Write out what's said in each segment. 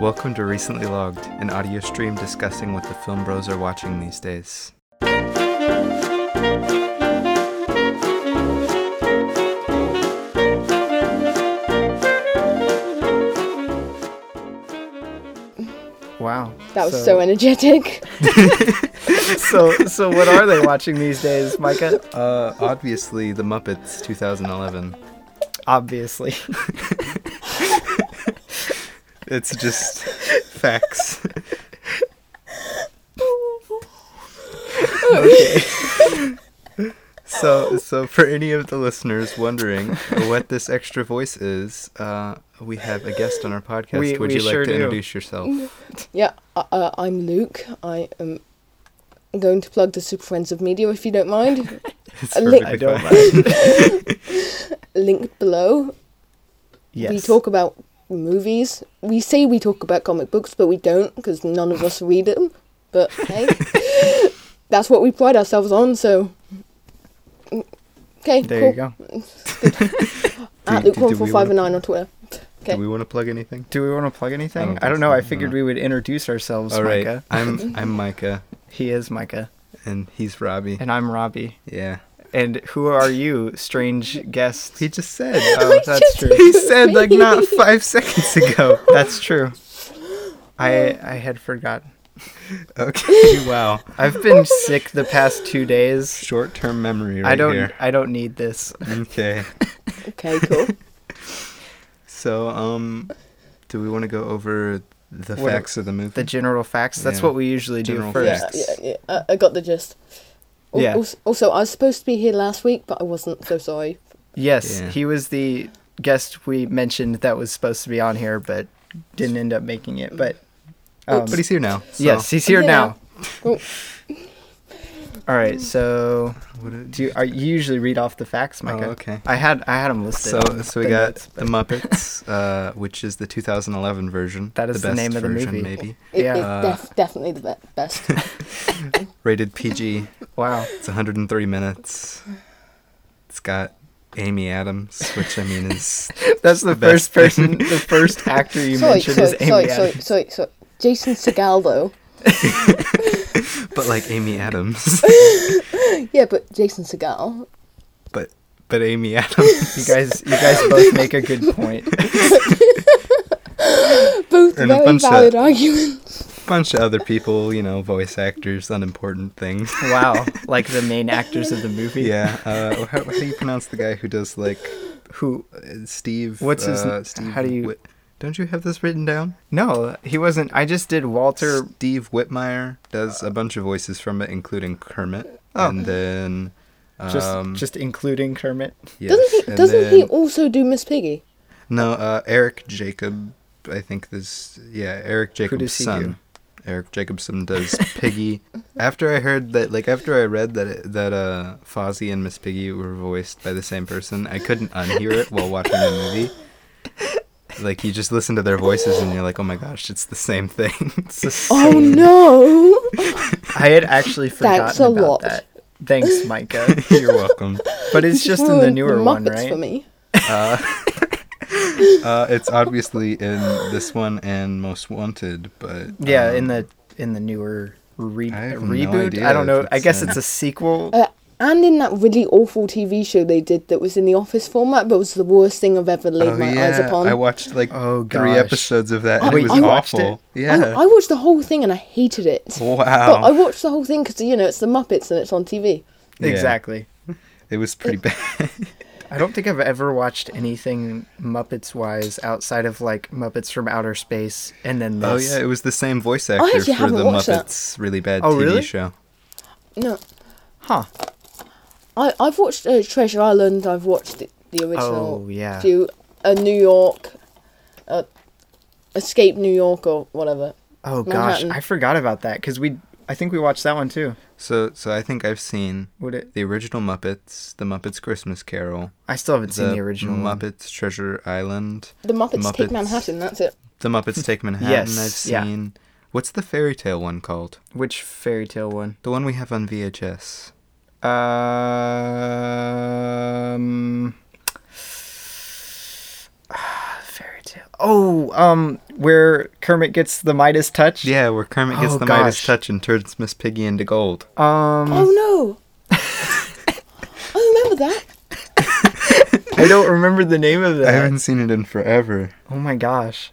Welcome to Recently Logged, an audio stream discussing what the film bros are watching these days. Wow. That was so, energetic. so so what are they watching these days, Micah? Uh, obviously, The Muppets 2011. Obviously. It's just facts. okay. so, so for any of the listeners wondering what this extra voice is, uh, we have a guest on our podcast. We- Would we you like sure to do. introduce yourself? yeah, uh, uh, I'm Luke. I am going to plug the Super Friends of Media if you don't mind. It's A lick. perfectly I don't fine. mind. Linked below. Yes. We talk about movies. We say we talk about comic books, but we don't because none of us read them. But hey, that's what we pride ourselves on. So, okay, there cool. you go. Do- At do- Luke do we one four five wanna- and nine on Twitter. Okay. Do we want to plug anything? Do we want to plug anything? I don't, think know. so. I figured No. we would introduce ourselves, All right, Micah. I'm I'm Micah, He is Micah, and he's Robbie. and I'm Robbie. Yeah, And who are you, strange guest? he just said. um, Oh, that's true. he said like not five seconds ago. That's true. I I had forgotten. Okay, wow. I've been sick the past two days. Short-term memory right I don't here. I don't need this. Okay. Okay, cool. So, um, do we want to go over the What- facts of the movie? The general facts. That's Yeah. what we usually General do first. yeah, yeah, yeah. I, I got the gist. Al- Yeah. Also, also, I was supposed to be here last week, but I wasn't. So sorry. Yes, Yeah. he was the guest we mentioned that was supposed to be on here, but didn't end up making it. But um, but he's here now. so- yes, he's here Yeah. now. Cool. All right, so What did- do you, are, you usually read off the facts, Micah? Oh, okay. I had I had them listed. so, on so we the got notes, the but- Muppets, uh, which is the 2011 version. That is the best name of the version, movie. Maybe It, Yeah. It's def- definitely the be- best. rated PG. wow. It's 103 minutes. It's got Amy Adams, which I mean is That's the, best first person, the first actor you sorry, mentioned sorry, is Amy sorry, sorry, Adams. sorry, sorry. Jason Segal though. but like Amy Adams, Yeah, but Jason Segal. but but Amy Adams. You guys, you guys both make a good point. Both And a very bunch of- valid arguments. Bunch of other people, you know, voice actors, unimportant things. Wow, like the main actors of the movie. Yeah. Uh, how, how do you pronounce the guy who does like Who? uh, Steve? What's his uh, n- how do you- Whit- don't you have this written down? No, he wasn't. I just did Walter. Steve Whitmire does a bunch of voices from it, including Kermit, Oh. and then um, Just, just including Kermit. yes, doesn't he? and Doesn't he then- also do Miss Piggy? No, uh, Eric Jacob. I think this. Yeah, Eric Jacob's does he son. do? Eric Jacobson does Piggy. after I heard that, like after I read that it, that uh, Fozzie and Miss Piggy were voiced by the same person, I couldn't unhear it while watching the movie. Like you just listen to their voices and you're like, oh my gosh, it's the same thing. It's the same- Oh no! I had actually forgotten That's a about lot. that. Thanks, Micah. you're welcome. But it's just in the Ruined newer one, Muppets right? For me. Uh, it's obviously in this one and Most Wanted, but Yeah, um, in the in the newer re- I have no reboot. idea I don't if know. I it's guess in- it's a sequel. Uh, and in that really awful TV show they did that was in the office format, but was the worst thing I've ever laid Oh, my yeah. eyes upon. I watched like Oh, three gosh. episodes of that. And Wait, it was you watched awful. it? Yeah. I, I watched the whole thing and I hated it. But I wow. watched the whole thing because you know it's the Muppets and it's on TV. Yeah. Exactly. It was pretty bad. I don't think I've ever watched anything Muppets wise outside of like Muppets from Outer Space and then oh this. yeah, it was the same voice actor actually for the haven't watched that. Muppets really bad Oh, TV really? show. No, Huh. I I've watched uh, Treasure Island. I've watched the, the original Oh yeah. few, uh, New York, uh, Escape New York or whatever. Oh gosh, Manhattan. I forgot about that because we. I think we watched that one too. So so I think I've seen Would it? the original Muppets, the Muppets Christmas Carol, I still haven't seen the the original one. Muppets Treasure Island, The Muppets, Muppets. Take Manhattan. That's it. the Muppets Take Manhattan. Yes, I've yeah. seen. What's the fairy tale one called? Which fairy tale one? The one we have on VHS. Um, fairy it? Oh, um, where Kermit gets the Midas touch. Yeah, where Kermit gets Oh, the Midas gosh. touch and turns Miss Piggy into gold. Um, Oh no! I remember that. I don't remember the name of I that. haven't seen it in forever. Oh my gosh.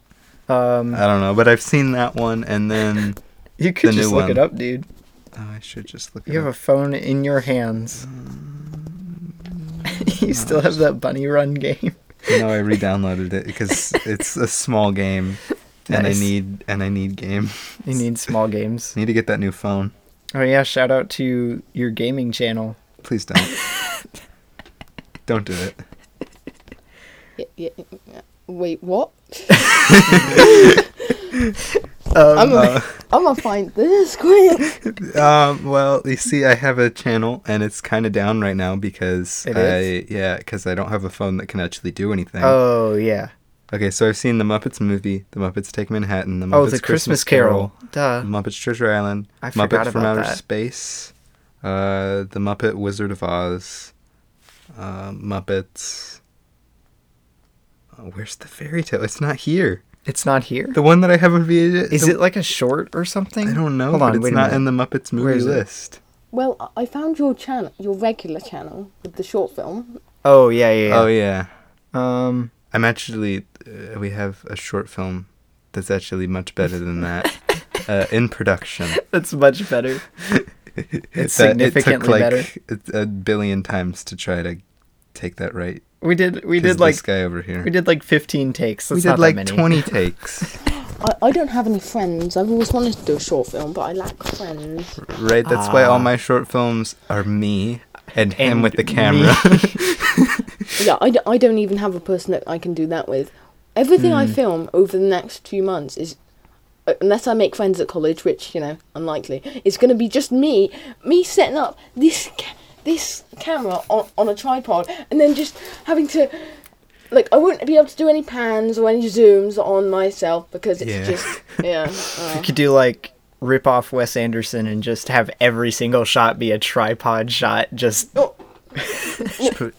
Um, I don't know, but I've seen that one, and then you could the just new look it one. up, dude. oh, I should just look. It You have up. a phone in your hands. you still have that bunny run game. No, I re-downloaded it because it's a small game, and I Nice. need and I need game. You need small games. I need to get that new phone. Oh yeah, shout out to your gaming channel. Please don't. don't do it. Yeah, yeah, yeah. Wait, what? I'm Um, gonna, I'm gonna find this quick. Um, well, you see, I have a channel, and it's kind of down right now because It I is? yeah, because I don't have a phone that can actually do anything. oh yeah. Okay, so I've seen the Muppets movie, the Muppets Take Manhattan, the Muppets Oh, the Christmas Carol. Duh. Carol, Muppets Treasure Island, I forgot Muppet from about Outer that. Space, uh, the Muppet Wizard of Oz, uh, Muppets. Oh, where's the fairy tale? It's not here. It's not here. The one that I have on VHS. Is the- it like a short or something? I don't know, Hold but on, it's wait a not minute. in the Muppets Where movie is it? list. Well, I- I found your channel, your regular channel with the short film. Oh yeah, yeah. yeah. Oh yeah. Um, I'm actually. Uh, we have a short film that's actually much better than that uh, in production. that's much better. It's That it took, significantly better. like, A a billion times to try to take that right. We did, we 'cause did like, this guy over here. we did like 15 takes. We That's did not like that 20 many. takes. I, I don't have any friends. I've always wanted to do a short film, but I lack friends. right. That's why all my short films are me and him Ah. And with the me. camera. Yeah, I, d- I don't even have a person that I can do that with. Everything I film over the next few months is, uh, unless I make friends at college, which you know unlikely, it's going to be just me, me setting up this ca- this camera on on a tripod, and then just having to. Like I wouldn't be able to do any pans or any zooms on myself because it's Yeah. just yeah. uh. We could do like rip off Wes Anderson and just have every single shot be a tripod shot. Just Oh,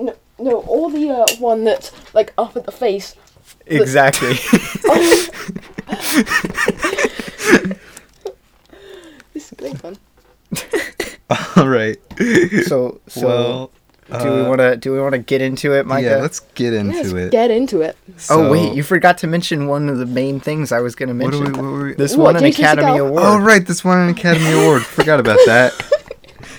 no, no, or the uh, one that's like up at the face. exactly. This is going fun. all right. so, so well, do we uh, want to do we want to get into it, Micah? yeah, let's get Let's into it. get into it. So- oh wait, you forgot to mention one of the main things I was going to What do mention. we? What were we? This What, won an Jason Academy Segel? Award. Oh right, this won an Academy Award. Forgot about that.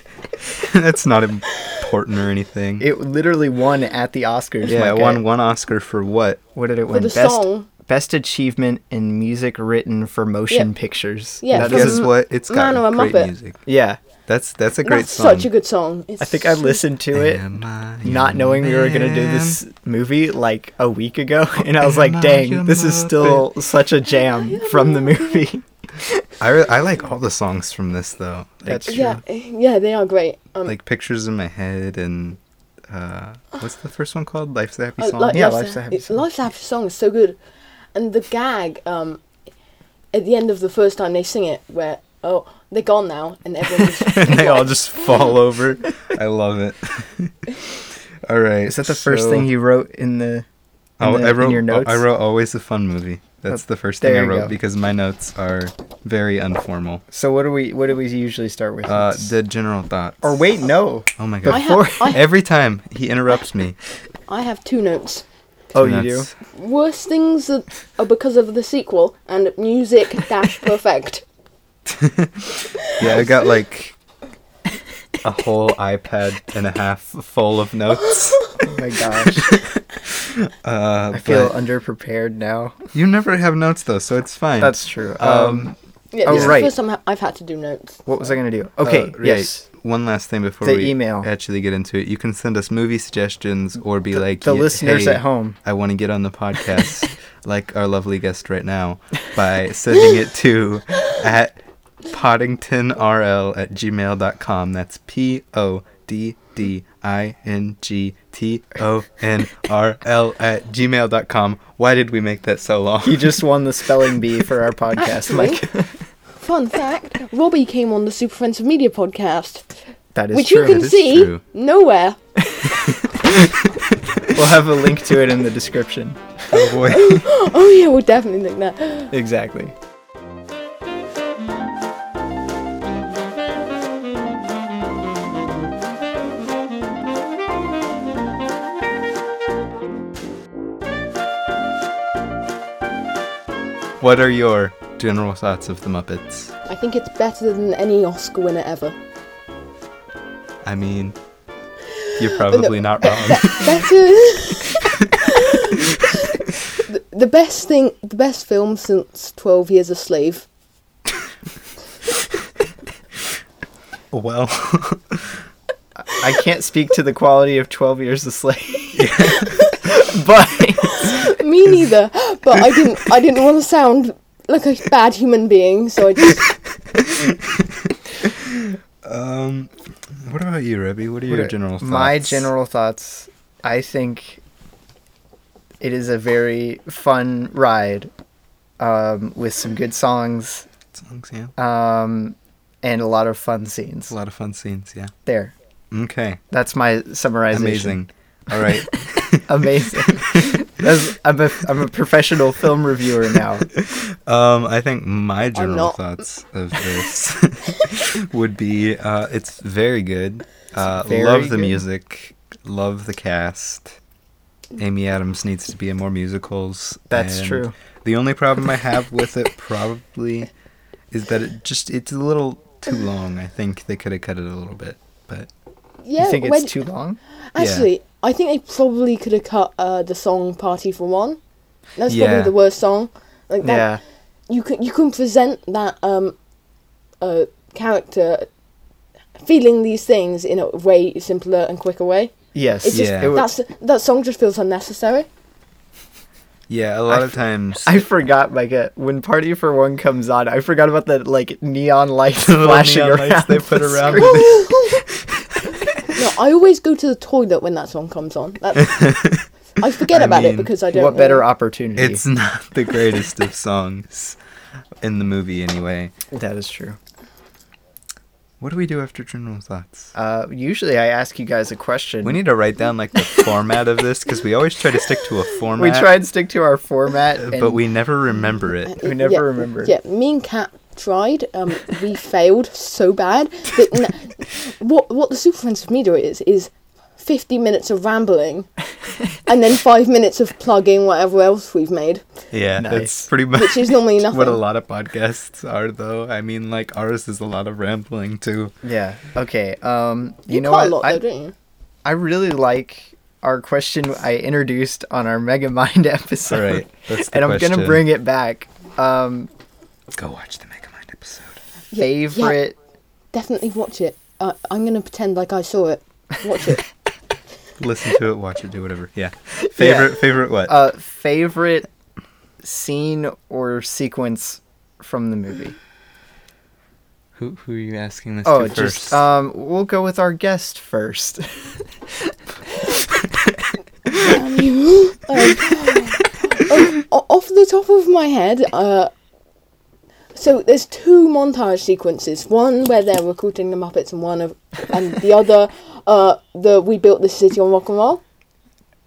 That's not important or anything. It literally won at the Oscars. yeah, it Micah. won one Oscar for what? What did it win? the best song. best achievement in music written for motion Yeah. pictures. Yeah, That from- Guess is- m- what? It's got Man or a great Muppet? music. yeah. That's that's a great That's song. such a good song. It's I think I listened to it Am I not your knowing we were going to do man? this movie like a week ago and I was Am like, I your "Dang, this is still such a jam from the movie." I re- I like all the songs from this though. Like, That's true. Yeah, yeah, they are great. Um, like pictures in my head and uh, what's the first one called? Life's a happy uh, song. like, Yeah, Life's a Happy Song. Life's a Happy Song is so good, and the gag um, at the end of the first time they sing it, where oh they're gone now, and everyone just, and they all just fall over. I love it. all right. Is that the first so- thing you wrote in the in, Oh, the- I wrote. in your notes? I wrote always a fun movie. That's Oh, the first thing there I you wrote go. because my notes are very informal. So what do we what do we usually start with? Uh, the general thoughts. or wait, no. Oh my I god. have I, Every time he interrupts me. I have two notes. Oh, and you do. that's- Worst things that are because of the sequel and music dash perfect. Yeah, I got like a whole iPad and a half full of notes. Oh my gosh. Uh, I feel but underprepared now. you never have notes though, so it's fine. That's true. um um. Yeah, Oh, this is right. the first time I've had to do notes. What was I gonna do? Okay, uh, right, yes. One last thing before The we email. actually get into it, you can send us movie suggestions or be like The "Yeah, listeners hey, at home. I want to get on the podcast, like our lovely guest right now, by sending it to at poddingtonrl at gmail.com. That's P O D D I N G T O N R L at gmail.com. Why did we make that so long? You just won the spelling bee for our podcast, Actually, Mike. fun fact: Robbie came on the Super Friends of Media podcast. That is which true. you can is see true. nowhere. we'll have a link to it in the description. Oh boy. oh yeah, we'll definitely link that. Exactly. What are your general thoughts of the Muppets? I think it's better than any Oscar winner ever. I mean, you're probably not wrong. Better. the, the best thing, the best film since Twelve Years a Slave. well, I can't speak to the quality of 12 Years a Slave. but Me neither, but I didn't. I didn't want to sound like a bad human being, so I just. um, what about you, Rebby? What are your general thoughts? My general thoughts. I think it is a very fun ride um, with some good songs songs, yeah. um, and a lot of fun It's scenes. a lot of fun scenes, yeah. There. Okay, That's my summarization. amazing. All right, Amazing. That's- I'm, a, I'm a professional film reviewer now. Um, I think my general not. thoughts of this would be uh, it's very good. Uh, very love the good. music, love the cast. Amy Adams needs to be in more musicals. That's and true. The only problem I have with it probably is that it just it's a little too long. I think they could have cut it a little bit, but Yeah, you think it's when- too long? actually, I think they probably could have cut uh, the song "Party for One." That's Yeah. probably the worst song. Like that, Yeah. you can you can present that um uh character feeling these things in a way simpler and quicker way. Yes. It's just Yeah. It would- that's that song just feels unnecessary. yeah, a lot I of times I forgot, like, uh, when Party for One comes on, I forgot about the, like, neon lights the little flashing neon around. lights they the put around. screen. No, I always go to the toilet when that song comes on. That's, I forget I about mean, it because I don't. What better really- opportunity? it's not the greatest of songs in the movie anyway. That is true. What do we do after general thoughts? Uh, usually, I ask you guys a question. We need to write down like the format of this because we always try to stick to a format. We try and stick to our format, and but we never remember it. we never yeah, remember. Yeah, me and Kat tried. Um, we failed so bad that n- what what the Super Friends of Media is is fifty minutes of rambling, and then five minutes of plugging whatever else we've made, Yeah, Nice. that's pretty much which is normally nothing. what a lot of podcasts are, though. I mean, like ours is a lot of rambling too. Yeah. Okay. Um, you, You, know cut what? a lot, I, though, don't you? I really like our question I introduced on our Mega Mind episode, All right, that's the and I'm question. gonna bring it back. Um, Go watch the Megamind episode. Yeah, yeah, favorite. definitely watch it. Uh, I'm gonna pretend like I saw it. Watch it. Listen to it, watch it, do whatever. Yeah, favorite, favorite what? Uh, favorite scene or sequence from the movie. who who are you asking this to Oh, just first? um, we'll go with our guest Oh, first. um, um, o- off the top of my head, uh, so there's two montage sequences. One where they're recruiting the Muppets, and one of, and the other, uh, the we built this city on rock and roll.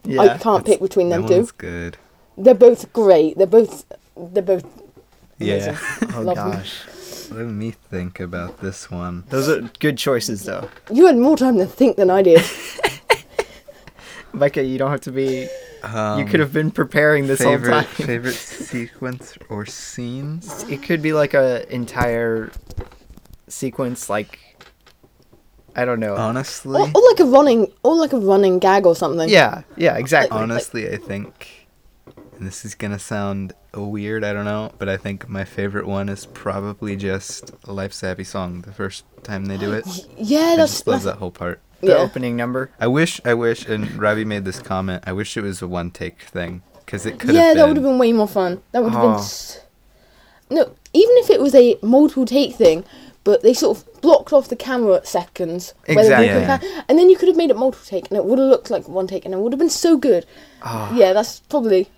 yeah. I can't pick between that them two. one's good. They're both great. They're both, they're both. Yeah, Oh Love 'em. gosh, let me think about this one. those are good choices though. You had more time to think than I did. Micah, you don't have to be. you Um, could have been preparing this whole favorite time. favorite sequence or scenes. It could be like a entire sequence, like I don't know. Honestly, or, or like a running, or like a running gag or something. yeah, yeah, exactly. Honestly, I think and this is gonna sound weird. I don't know, but I think my favorite one is probably just Life's a Happy Song. The first time they do it, yeah. I That's, just love that's that whole part. the yeah. opening number. I wish, I wish, and Ravi made this comment. I wish it was a one take thing because it could. Yeah, have that would been, have been way more fun. That would have been. Oh. S- no, even if it was a multiple take thing, but they sort of blocked off the camera at seconds. where they Exactly. could have- and then you could have made it multiple take, and it would have looked like one take, and it would have been so good. Oh, Yeah, that's probably.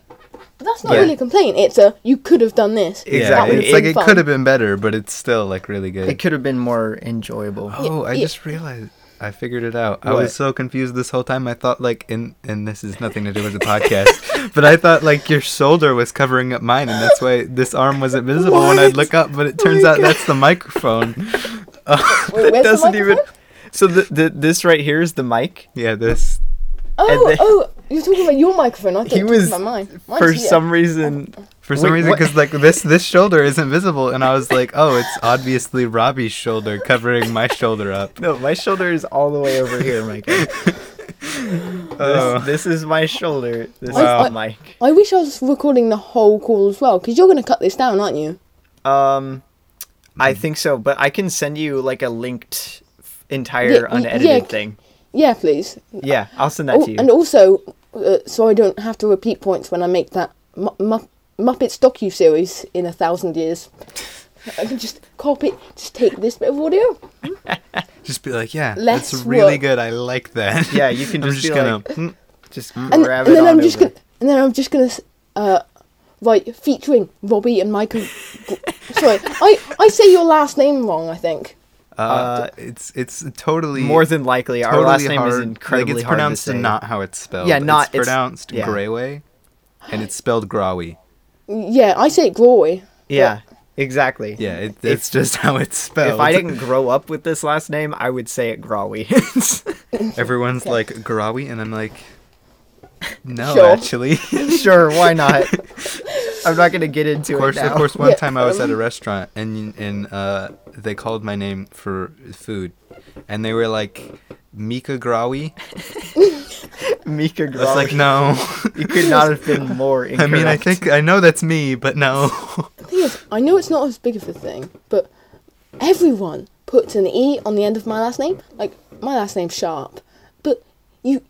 But that's not Ah. Yeah. really a complaint. It's a you could have done this. Yeah, Exactly. That it's like it fun. could have been better, but it's still like really good. It could have been more enjoyable. oh, I yeah. just realized. I figured it out. I What? was so confused this whole time. I thought like in and this is nothing to do with the podcast, but I thought like your shoulder was covering up mine, and that's why this arm wasn't visible when I'd What? look up. But it Oh turns my out God. that's the microphone. Uh, Wait, where's the microphone? So the, the this right here is the mic. yeah, this. Oh, then- oh, you're talking about your microphone. I thought He you were talking was about mine. Mine's For here. some reason, For some Wait, reason, what? because like this, this shoulder isn't visible, and I was like, "Oh, it's obviously Robbie's shoulder covering my shoulder up." no, my shoulder is all the way over here, Mike. this, Oh. this is my shoulder. This Wow. is Mike. I wish I was recording the whole call as well, because you're going to cut this down, aren't you? Um, Hmm. I think so, but I can send you like a linked f- Yeah, entire y- unedited yeah. thing. Yeah, please. Yeah, I'll send that Oh, to you. and also, uh, so I don't have to repeat points when I make that Mu- Mu- Muppets docu series in a thousand years. I can just copy, just take this bit of audio. Just be like, "Yeah, Let's that's really work. good. I like that." Yeah, you can I'm just just be gonna. like- "Mm, Just and, grab and it then on I'm over. just gonna, and then I'm just gonna uh, write featuring Robbie and Michael. Gr- Sorry, I, I say your last name wrong. I think. uh, it's it's totally More than likely, our totally last name hard. is incredibly like, it's hard pronounced to say. not how it's spelled. Yeah, not- it's it's- pronounced yeah. Grayway, and it's spelled Grawy. Yeah, I say it glory. Yeah, exactly. Yeah, it, it's just how it's spelled. If I didn't grow up with this last name, I would say it Grawy. everyone's like Grawy, and I'm like, no, Sure. actually. sure, why not? I'm not gonna get into Of course, it now. of course. One Yeah, time I was at a um, restaurant and and uh, they called my name for food, and they were like Mika Grawy. Mika I was Grawy. like, no. you could not have been more I incorrect. mean, I think I know that's me, but no. The thing is, I know it's not as big of a thing, but everyone puts an e on the end of my last name. Like my last name's Sharp, but you,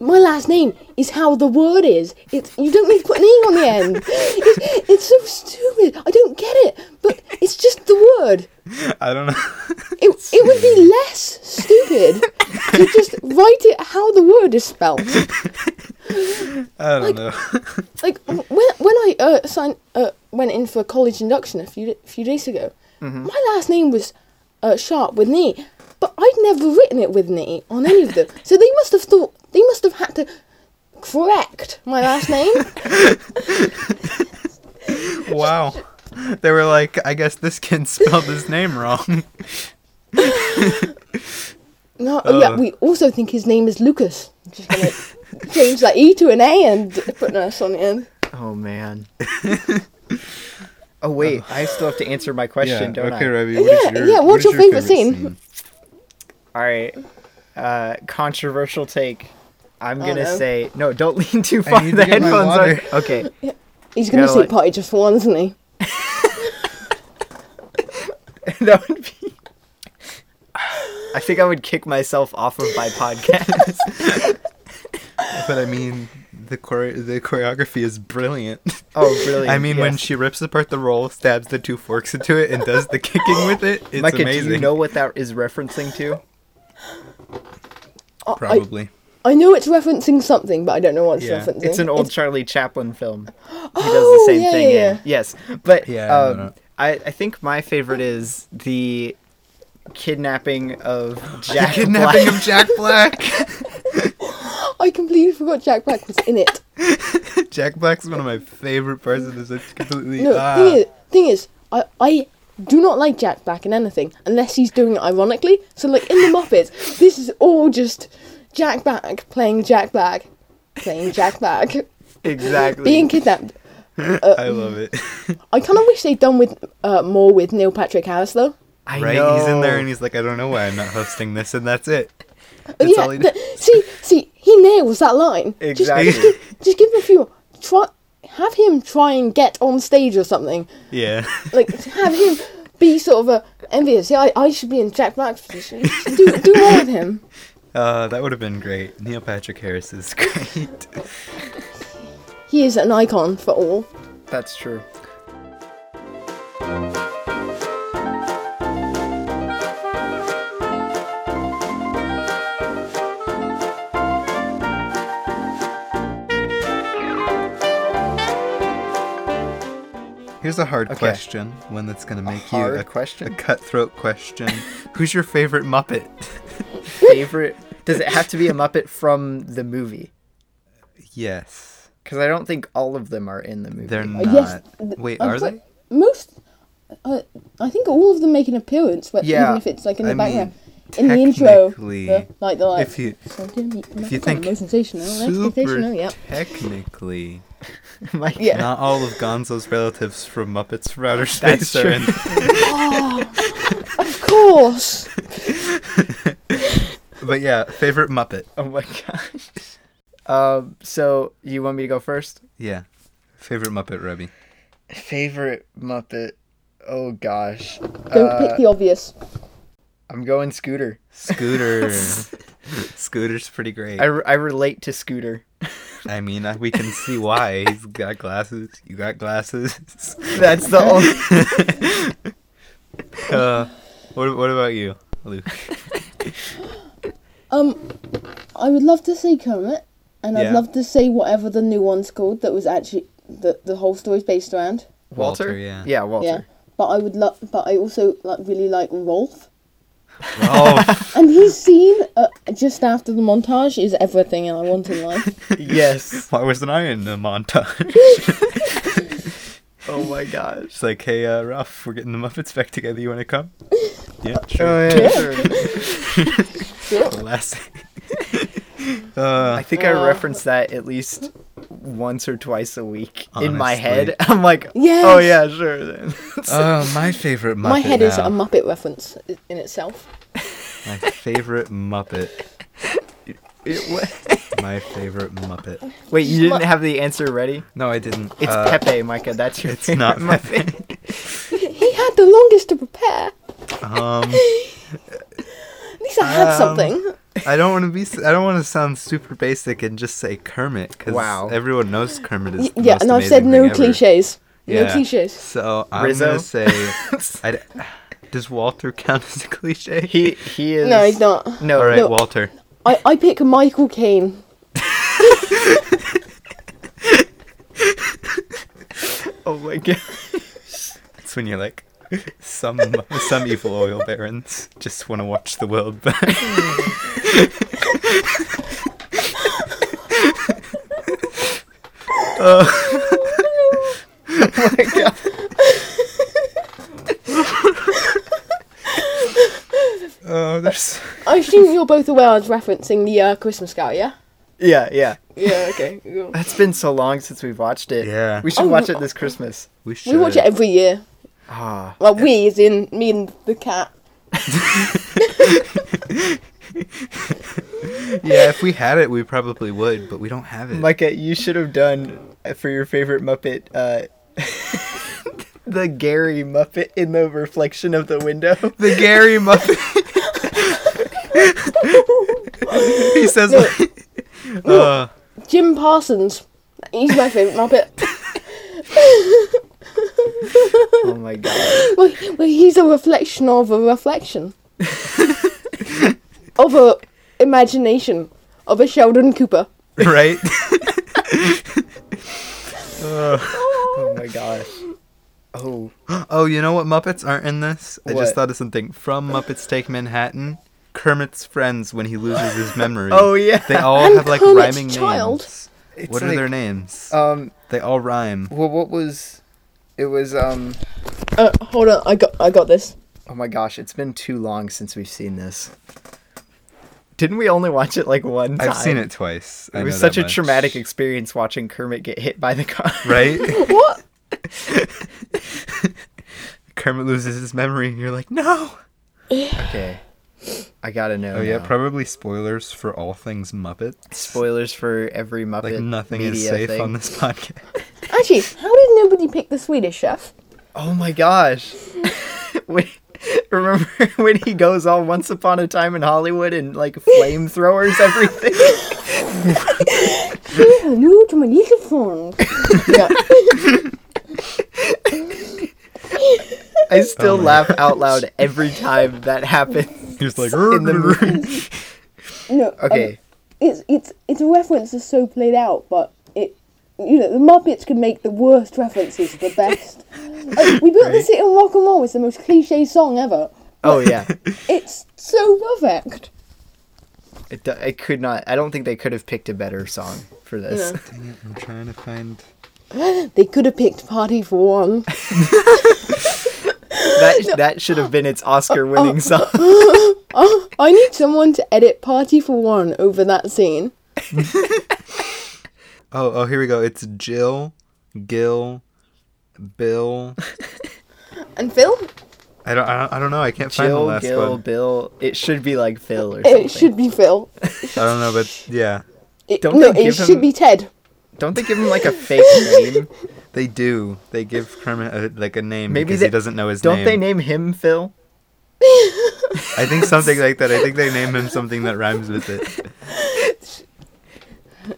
my last name is how the word is. It's you don't need to put an e on the end. It's, it's so stupid. I don't get it, but it's just the word. I don't know. It, it would be less stupid to just write it how the word is spelled. I don't Like- know. Like w- when when I uh, signed, uh, went in for college induction a few few days ago, my last name was uh, Sharp with an E, but I'd never written it with an E on any of them. so they must have thought they must have had to correct my last name. Wow. They were like, I guess this kid spelled his name wrong. No, oh yeah. Uh. We also think his name is Lucas. I'm just gonna change that E to an A and put an S on the end. Oh man. oh wait, I still have to answer my question, don't I? Robbie. Yeah, yeah, what's your favorite scene? All right. Uh, controversial take. I'm Oh, gonna no. say no. Don't lean too far. need to The get my headphones water. are okay. He's gonna Gotta sleep like- party just for one, isn't he? that would be. I think I would kick myself off of my podcast. But I mean, the chore- the choreography is brilliant. oh, really? I mean, when yes. she rips apart the roll, stabs the two forks into it, and does the kicking with it, it's Micah, amazing. do you know what that is referencing to? I- I- Probably. I, know it's referencing something, but I don't know what it's Yeah, referencing. It's an old Charlie Chaplin film. He does Oh, the same yeah, thing. yeah, in- Yes, but Yeah, I um, know that. I, I think my favorite is the kidnapping of Jack Kidnapping Black. of Jack Black. I completely forgot Jack Black was in it. Jack Black's one of my favorite parts of this. It's completely. No, ah. thing is, thing is, I, I do not like Jack Black in anything unless he's doing it ironically. So, like in the Muppets, this is all just Jack Black playing Jack Black, playing Jack Black, exactly. being kidnapped. uh, I love it. I kind of wish they'd done with uh, more with Neil Patrick Harris though. I right? know. He's in there and he's like, I don't know why I'm not hosting this, and that's it. But That's all he does. th- see, see, he nails that line. Just- Exactly. Just, give, just give him a few. more. Try, have him try and get on stage or something. Yeah. like to have him be sort of a envious. Yeah, I, I should be in Jack Black's position. You should Do do more with him. Uh, that would have been great. Neil Patrick Harris is great. He is an icon for all. That's true. Here's a hard question, one that's gonna make you hard a question? a cutthroat question. Who's your favorite Muppet? favorite? Does it have to be a Muppet from the movie? Yes. Because I don't think all of them are in the movie. They're Uh, not. yes, th- Wait, uh, are but they? Most, uh, I think all of them make an appearance, but Yeah, even if it's like in the I background, mean, in the intro, technically, the, like the like. If you "So do me- if you Muppet think no sensational, no super sensational, yeah. technically, Mike, Yeah. not all of Gonzo's relatives from Muppets from Outer Space are true. in. Of course. But yeah, favorite Muppet. Oh my gosh. Um, so you want me to go first? Yeah, favorite Muppet, Rebby. Favorite Muppet. Oh gosh. Don't Uh, pick the obvious. I'm going Scooter. Scooter. Scooter's pretty great. I, re- I relate to Scooter. I mean, I- we can see why he's got glasses. You got glasses. That's the only. Uh, what What about you, Luke? Um, I would love to see Kermit, and I'd Yeah. love to see whatever the new one's called that was actually that the whole story's based around. Walter? Walter, yeah. Yeah, Yeah, Walter. but I would love, but I also like really like Rolf, Oh, and his scene uh, just after the montage is everything I want in life. yes. why wasn't I in the montage? Oh my gosh. It's like, hey, uh, Ralph, we're getting the Muppets back together. You want to come? Yeah, sure. Oh, yeah, sure. The last. uh, I think I reference that at least once or twice a week in my Honestly. head. I'm like, Yes. oh yeah, sure then. oh, my favorite Muppet. My head is a now. Muppet reference i- in itself. my favorite Muppet. It wa- My favorite Muppet. Wait, you didn't have the answer ready? No, I didn't. It's Uh, Pepe, Micah. That's your It's not favorite Pepe. Muppet. He had the longest to prepare. Um, At least I had Um, something. I don't want to be. s- I don't want to sound super basic and just say Kermit because Wow. everyone knows Kermit is. Y- the Yeah, most and I've amazing said no thing ever. cliches. No Yeah. cliches. So I'm Rizzo? gonna say, I, does Walter count as a cliche? He he is. No, he's not. No, All right, No. Walter. I, I pick Michael Caine. Oh my god. It's when you're like, some some evil oil barons just want to watch the world burn. Oh, there's. I assume you're both aware I was referencing the uh, Christmas Carol, yeah? Yeah, yeah. Yeah, okay. cool. That's been so long since we've watched it. Yeah. We should Oh, watch no. it this Christmas. We should. we watch it every year. Ah. Well, we is in me and the cat. Yeah, if we had it, we probably would, but we don't have it. Micah, you should have done uh, for your favorite Muppet uh the Gary Muppet in the reflection of the window. the Gary Muppet. he says, uh, Jim Parsons. He's my favourite Muppet. oh my god. well, well, he's a reflection of a reflection. of a imagination. Of a Sheldon Cooper. right? Uh, Oh my gosh. Oh. oh, you know what Muppets aren't in this? I What? just thought of something from Muppets Take Manhattan. Kermit's friends when he loses his memory. Oh yeah. they all And have like Kermit's rhyming child. names. It's what like- are their names? Um they all rhyme. well what was it was um Uh, hold on, I got I got this. oh my gosh, it's been too long since we've seen this. Didn't we only watch it like one time? I've seen it twice. I It was know that such a much. traumatic experience watching Kermit get hit by the car. right? What? Kermit loses his memory, and you're like, no. Okay. I gotta know. Oh yeah, now. probably spoilers for all things Muppets. spoilers for every Muppet. Like nothing is media safe thing. on this podcast. Actually, how did nobody pick the Swedish chef? Oh my gosh! Wait, remember when he goes all Once Upon a Time in Hollywood and like flamethrowers everything? Say hello to my little friend. yeah. I still my laugh out loud every time that happens. He's like In the movie. No. um, Okay. it's it's it's a reference that's so played out, but it you know the Muppets can make the worst references the best. Like, we built the city on rock and roll is the most cliche song ever. Oh yeah. It's so perfect. It, do- it could not. I don't think they could have picked a better song for this. No. Dang it, I'm trying to find. They could have picked Party for One. that that should have been its Oscar-winning song. Oh, I need someone to edit Party for One over that scene. Oh, oh, here we go. It's Jill, Gil, Bill. And Phil? I don't, I don't, I don't know. I can't find the Jill, last Gil, one. Bill. It should be like Phil or something. It should be Phil. I don't know, but yeah, It- Don't no, they it give should him- be Ted. Don't they give him like a fake name? they do. They give Kermit a, like a name Maybe because they- he doesn't know his Don't name. they name him Phil? I think something like that. I think they name him something that rhymes with it.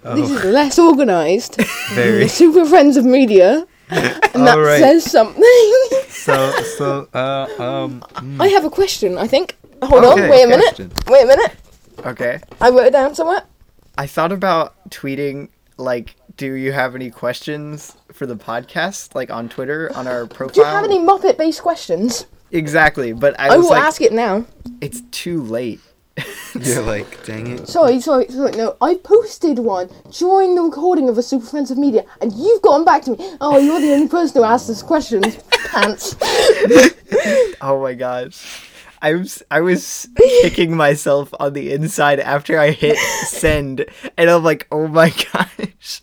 Oh. This is less organised. Very. the Super Friends of Media. And that All right. says something. Hmm. So, so, uh, um, mm. I have a question, I think. Hold Okay, on, wait a minute. question. Wait a minute. Okay. I wrote it down somewhere. I thought about tweeting like, "Do you have any questions for the podcast?" Like on Twitter, on our profile. Do you have any Muppet based questions? Exactly, but I, I, was will like, ask it now. it's too late. you're like, dang it. Sorry, sorry, sorry. No, I posted one during the recording of a Super Friends of Media, and you've gotten back to me. Oh, you're the only person who asked this question. Pants. Oh my gosh. I was I was kicking myself on the inside after I hit send and I'm like, "Oh my gosh.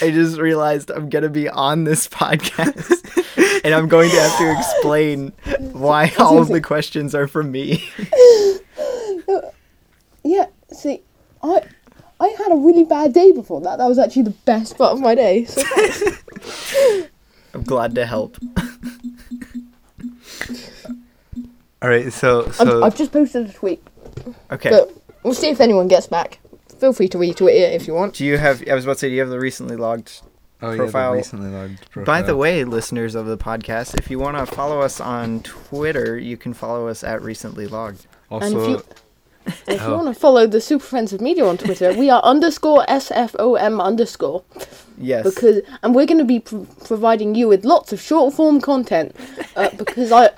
I just realized I'm going to be on this podcast and I'm going to have to explain why all of the questions are from me." Yeah. See, I, I had a really bad day before that. That was actually the best part of my day. So I'm glad to help. All right, so, I'm, so, I've just posted a tweet, Okay. but we'll see if anyone gets back. Feel free to retweet it if you want. do you have I was about to say do you have the recently logged oh yeah, profile- the recently logged profile. By the way, listeners of the podcast, if you want to follow us on Twitter, you can follow us at recently logged. And if also, you, and if you Oh. want to follow the Super Friends of Media on Twitter, we are underscore SFOM underscore. Yes. because and we're going to be pro- providing you with lots of short form content uh, because I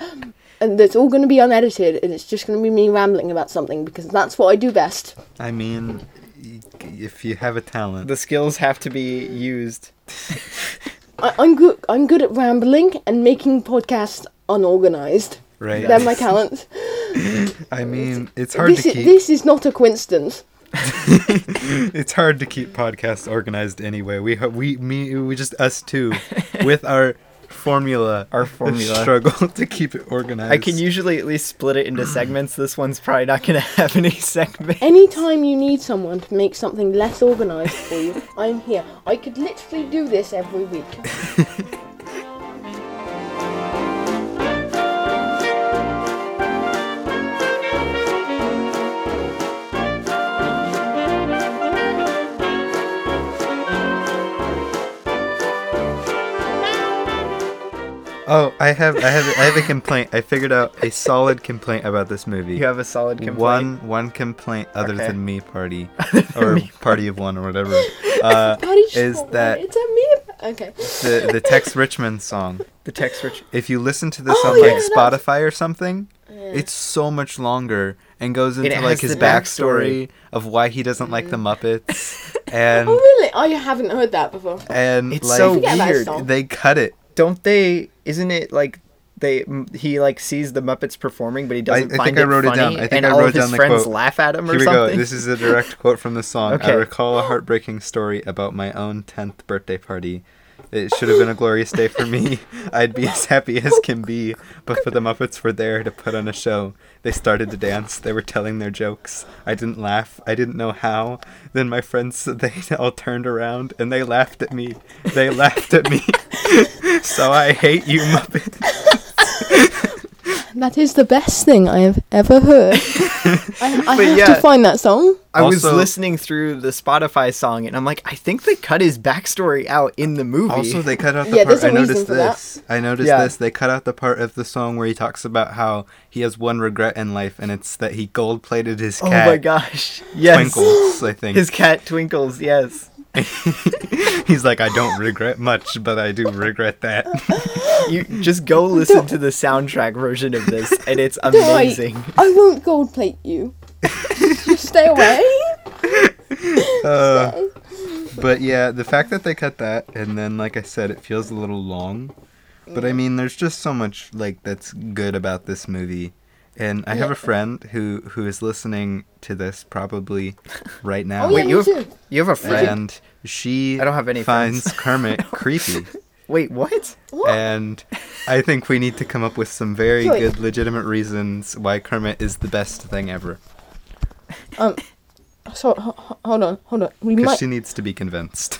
and it's all going to be unedited and it's just going to be me rambling about something because that's what I do best. I mean, y- if you have a talent, the skills have to be used. I, I'm good. I'm good at rambling and making podcasts unorganized. right? They're my talents. I mean, it's hard this to is, keep. this is not a coincidence. It's hard to keep podcasts organized anyway. We ho- we me we just us two, with our formula, Our formula. struggle to keep it organized. I can usually at least split it into segments. This one's probably not going to have any segments. Anytime you need someone to make something less organized for you, I'm here. I could literally do this every week. Oh, I have I have I have a complaint. I figured out a solid complaint about this movie. You have a solid complaint. One one complaint other Okay. than me party or party of one or whatever uh, Party is shot, that it's a meme? Okay. the the Tex Richmond song. The text rich. If you listen to this Oh, on like yeah, that's- Spotify or something, it's so much longer and goes into like has his the backstory backstory. of why he doesn't like the Muppets and Mm. Oh really? I haven't heard that before. and It's like so Forget about weird. song. they cut it. Don't they? Isn't it like they? m- He like sees the Muppets performing, but he doesn't I find think I it wrote it down. funny, I think and I all wrote of his down the friends quote. laugh at him Here or we something. go. This is a direct quote from the song. I Okay. recall a heartbreaking story about my own 10th birthday party. It should have been a glorious day for me. I'd be as happy as can be, but for the Muppets were there to put on a show. They started to dance. They were telling their jokes. I didn't laugh. I didn't know how. Then my friends they all turned around and they laughed at me. They laughed at me. so I hate you, Muppets. That is the best thing I have ever heard. I, I But have yeah. to find that song. I was Also- listening through the Spotify song, and I'm like, I think they cut his backstory out in the movie. Also, they cut out the Yeah, part. there's I a reason noticed for that. this. I noticed Yeah. this. They cut out the part of the song where he talks about how he has one regret in life, and it's that he gold plated his oh cat. my gosh! Yes, Twinkles, I think. his cat twinkles. Yes, He's like, I don't regret much, but I do regret that. you just go listen to the soundtrack version of this, and it's Don't worry, amazing. I won't gold plate you. Just stay away. Uh, but yeah, the fact that they cut that and then, like I said, it feels a little long. But I mean, there's just so much like that's good about this movie. And I have Yeah. a friend who who is listening to this probably right now. Oh, yeah, Wait, me you have, too. you have a friend? and she I don't have any finds friends. Kermit creepy. Wait, what? What? And I think we need to come up with some very Wait. good legitimate reasons why Kermit is the best thing ever. Um, so ho- ho- hold on, hold on. We Because might she needs to be convinced.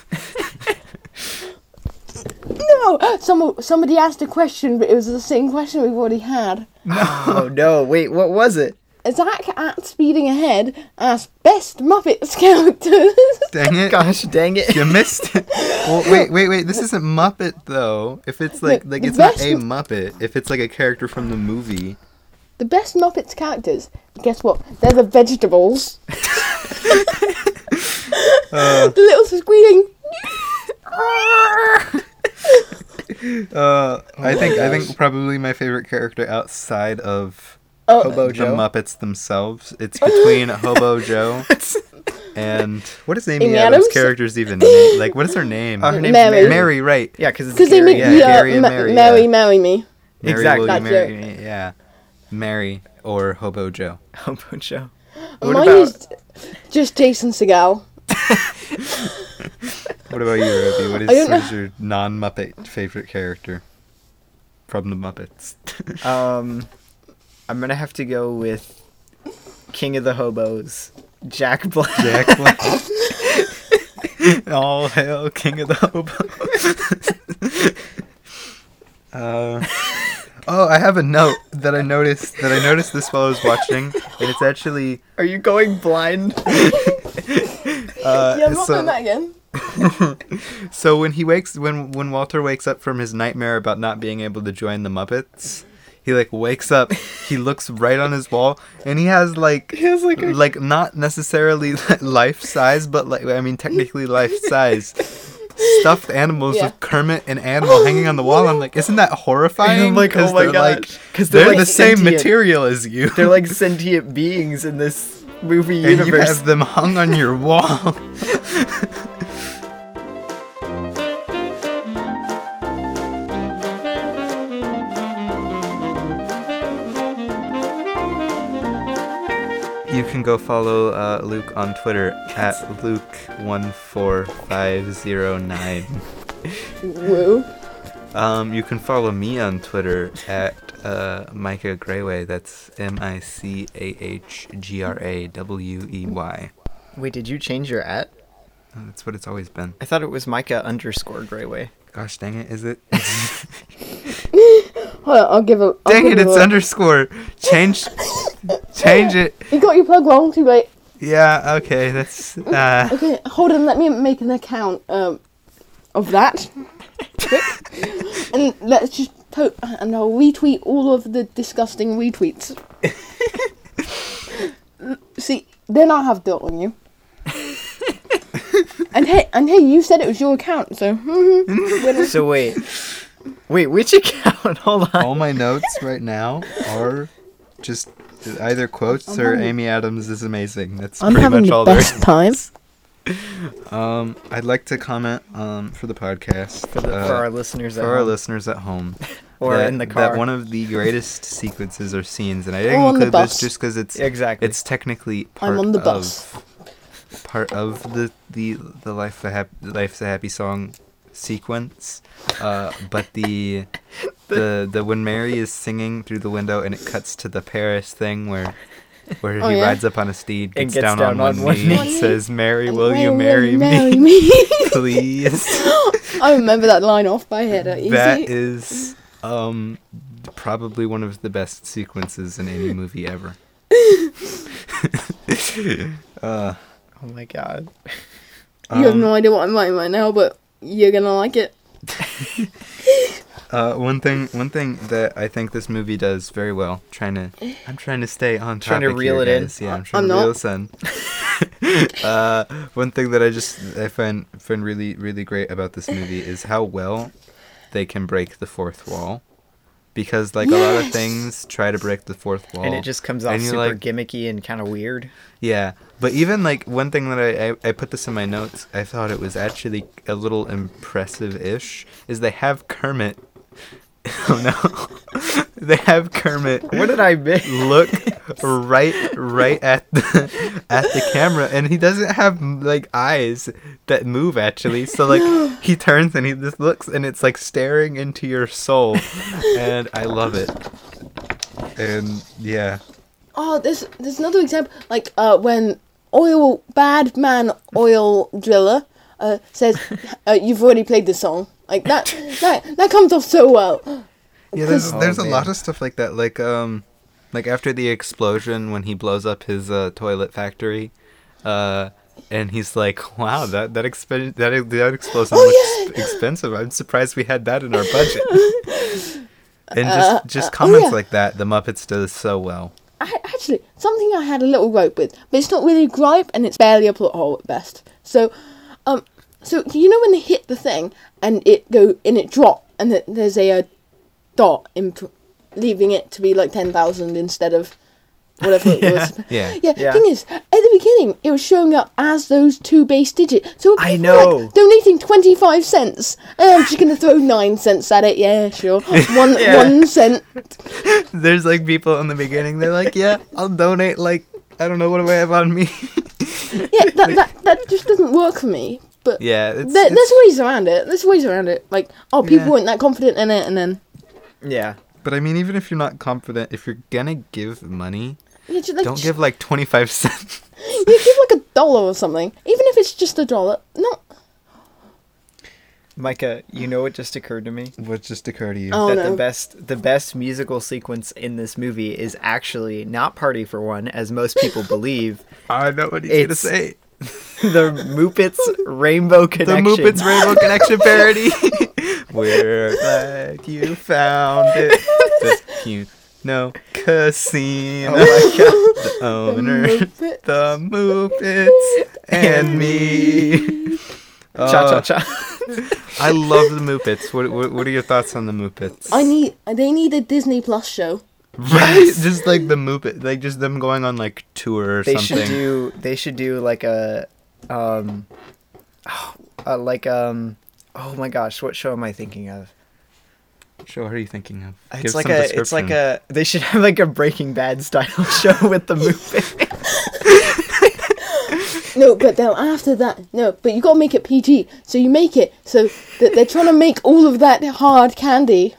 no. Uh, Some somebody asked a question, but it was the same question we've already had. Oh no! Wait, what was it? Zach at speeding ahead asked best Muppets characters. Dang it. Gosh dang it! You missed it. Well, wait, wait, wait. This isn't Muppet though. If it's like The- like the it's not best a m- Muppet. If it's like a character from the movie. the best Muppets characters. Guess what? They're the vegetables. Uh. the little squealing. Uh, I think Oh I think probably my favorite character outside of Oh, Hobo the Joe. Muppets themselves. It's between Hobo Joe and what is Amy, Amy Adams' Adams? character's even name? like what is her name? Oh, her name's Mary. Mary. Mary, right? Yeah, because because they make yeah, yeah, Gary and Ma- Mary, Mary yeah. marry me. Mary Exactly. Will you That's marry me? Yeah, Mary or Hobo Joe. Hobo Joe. What Mine about- is just Jason Segal. What about you, Ruby? What is, I what don't know. is your non Muppet favorite character from the Muppets? Um, I'm gonna have to go with King of the Hobos, Jack Black. Jack Black. All hail King of the Hobos. uh, oh, I have a note that I noticed that I noticed this while I was watching, and it's actually Are you going blind? uh, yeah, I'm not so, doing that again. so when he wakes when when Walter wakes up from his nightmare about not being able to join the Muppets. He like wakes up, he looks right on his wall, and he has like He has, like, a- like not necessarily life size, but like I mean technically life size stuffed animals Yeah. with Kermit and Animal hanging on the wall. I'm like, isn't that horrifying? Oh, I'm like, 'Cause oh my they're, gosh. like- 'Cause they're, they're, like, the same sentient. material as you. They're like sentient beings in this movie and you universe. have them hung on your wall. You can go follow uh, Luke on Twitter at Luke14509. Woo. Um, you can follow me on Twitter at uh, Micah Grayway. That's M I C A H G R A W E Y. Wait, did you change your at? Oh, That's what it's always been. I thought it was Micah underscore Grayway. Gosh dang it, is it? Hold on, I'll give a. I'll dang give it, a it's look. underscore. Change, change it. You got your plug wrong. Too late. Yeah, okay, that's. Uh, Okay, hold on. Let me make an account um, of that, quick, and let's just po- and I'll retweet all of the disgusting retweets. See, then I'll have dirt on you. and hey, and hey, you said it was your account, so mhm. So wait. Wait, which account? Hold on. all my notes right now are just either quotes I'm or having- Amy Adams is amazing. That's I'm pretty having much the all there best is. time. Um, I'd like to comment um, for the podcast. For, the, uh, for our listeners at for our home. listeners at home Or that, in the that car. one of the greatest sequences or scenes and i didn't Or on the include this bus. just because it's Exactly. it's technically part I'm on the of, bus. part of the the the life a happy life's a happy song sequence uh but the the the when mary is singing through the window and it cuts to the paris thing where where Oh, he yeah. rides up on a steed And gets, gets down, on, one, knee, and says mary will Why you marry marry me me? please I remember that line off by head. Easy. that is um probably one of the best sequences in any movie ever. uh, Oh my god. You have um, no idea what I'm writing right now, but you're gonna like it. uh, one thing, one thing that I think this movie does very well. Trying to, I'm trying to stay on Trying to topic reel here, it in. guys. Yeah, I'm I'm trying to reel not. this in. uh, one thing that I just I find find really really great about this movie is how well they can break the fourth wall, because like a lot of Yes! things try to break the fourth wall and it just comes off and you're super like, gimmicky and kind of weird. Yeah, but even like one thing that I, I I put this in my notes, I thought it was actually a little impressive-ish. Is they have Kermit? Oh no, they have Kermit What did I miss? look right right at the at the camera, and he doesn't have like eyes that move actually. So like he turns and he just looks, and it's like staring into your soul, and I love it. And yeah, Oh, there's there's another example, like uh, when oil bad man oil driller uh, says, uh, "You've already played the song." Like that that that comes off so well. Yeah, there's Cause- there's Oh, a man. lot of stuff like that. Like um, like after the explosion when he blows up his uh, toilet factory, uh, and he's like, "Wow, that that expen- that that explosive Oh, looks expensive. I'm surprised we had that in our budget." and just just uh, oh, comments yeah. like that, the Muppets does so well. I, actually, something I had a little gripe with, but it's not really a gripe, and it's barely a plot hole at best. So, um, so you know when they hit the thing and it go and it drop, and th- there's a, uh dot, imp- leaving it to be like ten thousand instead of whatever it was. Yeah. yeah. Yeah. Thing is, at the beginning, it was showing up as those two base digits. So I people, like, know. donating twenty five cents. And I'm just gonna throw nine cents at it. Yeah, sure. One Yeah. one cent. There's like people in the beginning. They're like, "Yeah, I'll donate." Like, I don't know what do I have on me. Yeah, that, that that just doesn't work for me. But yeah, it's, there, it's- there's ways around it. There's ways around it. Like, oh, people Yeah. weren't that confident in it, and then Yeah. but I mean, even if you're not confident, if you're gonna give money, yeah, just, like, don't just- give like twenty five cents. you give like a dollar or something, even if it's just a dollar. No, Micah, you know what just occurred to me? What just occurred to you? Oh, that no. the best the best musical sequence in this movie is actually not Party for One, as most people believe. I know what he's going to It's- say. the Muppets Rainbow The Connection. Muppets Rainbow Connection parody. We're glad you found it. The cute. No Oh casino. The owner. Muppet. The Muppets and me. Uh, Cha cha cha. I love the Muppets. What, what what are your thoughts on the Muppets? I need. They need a Disney Plus show. right, just like the Muppet, like just them going on like tour or They something. should do they should do like a um oh, uh, like um oh my gosh, what show am I thinking of? Sure, what are you thinking of? It's Give like some a it's like description. a they should have like a Breaking Bad style show with the Muppets. No, but then after that, no. But you gotta make it PG. So you make it so that they're trying to make all of that hard candy.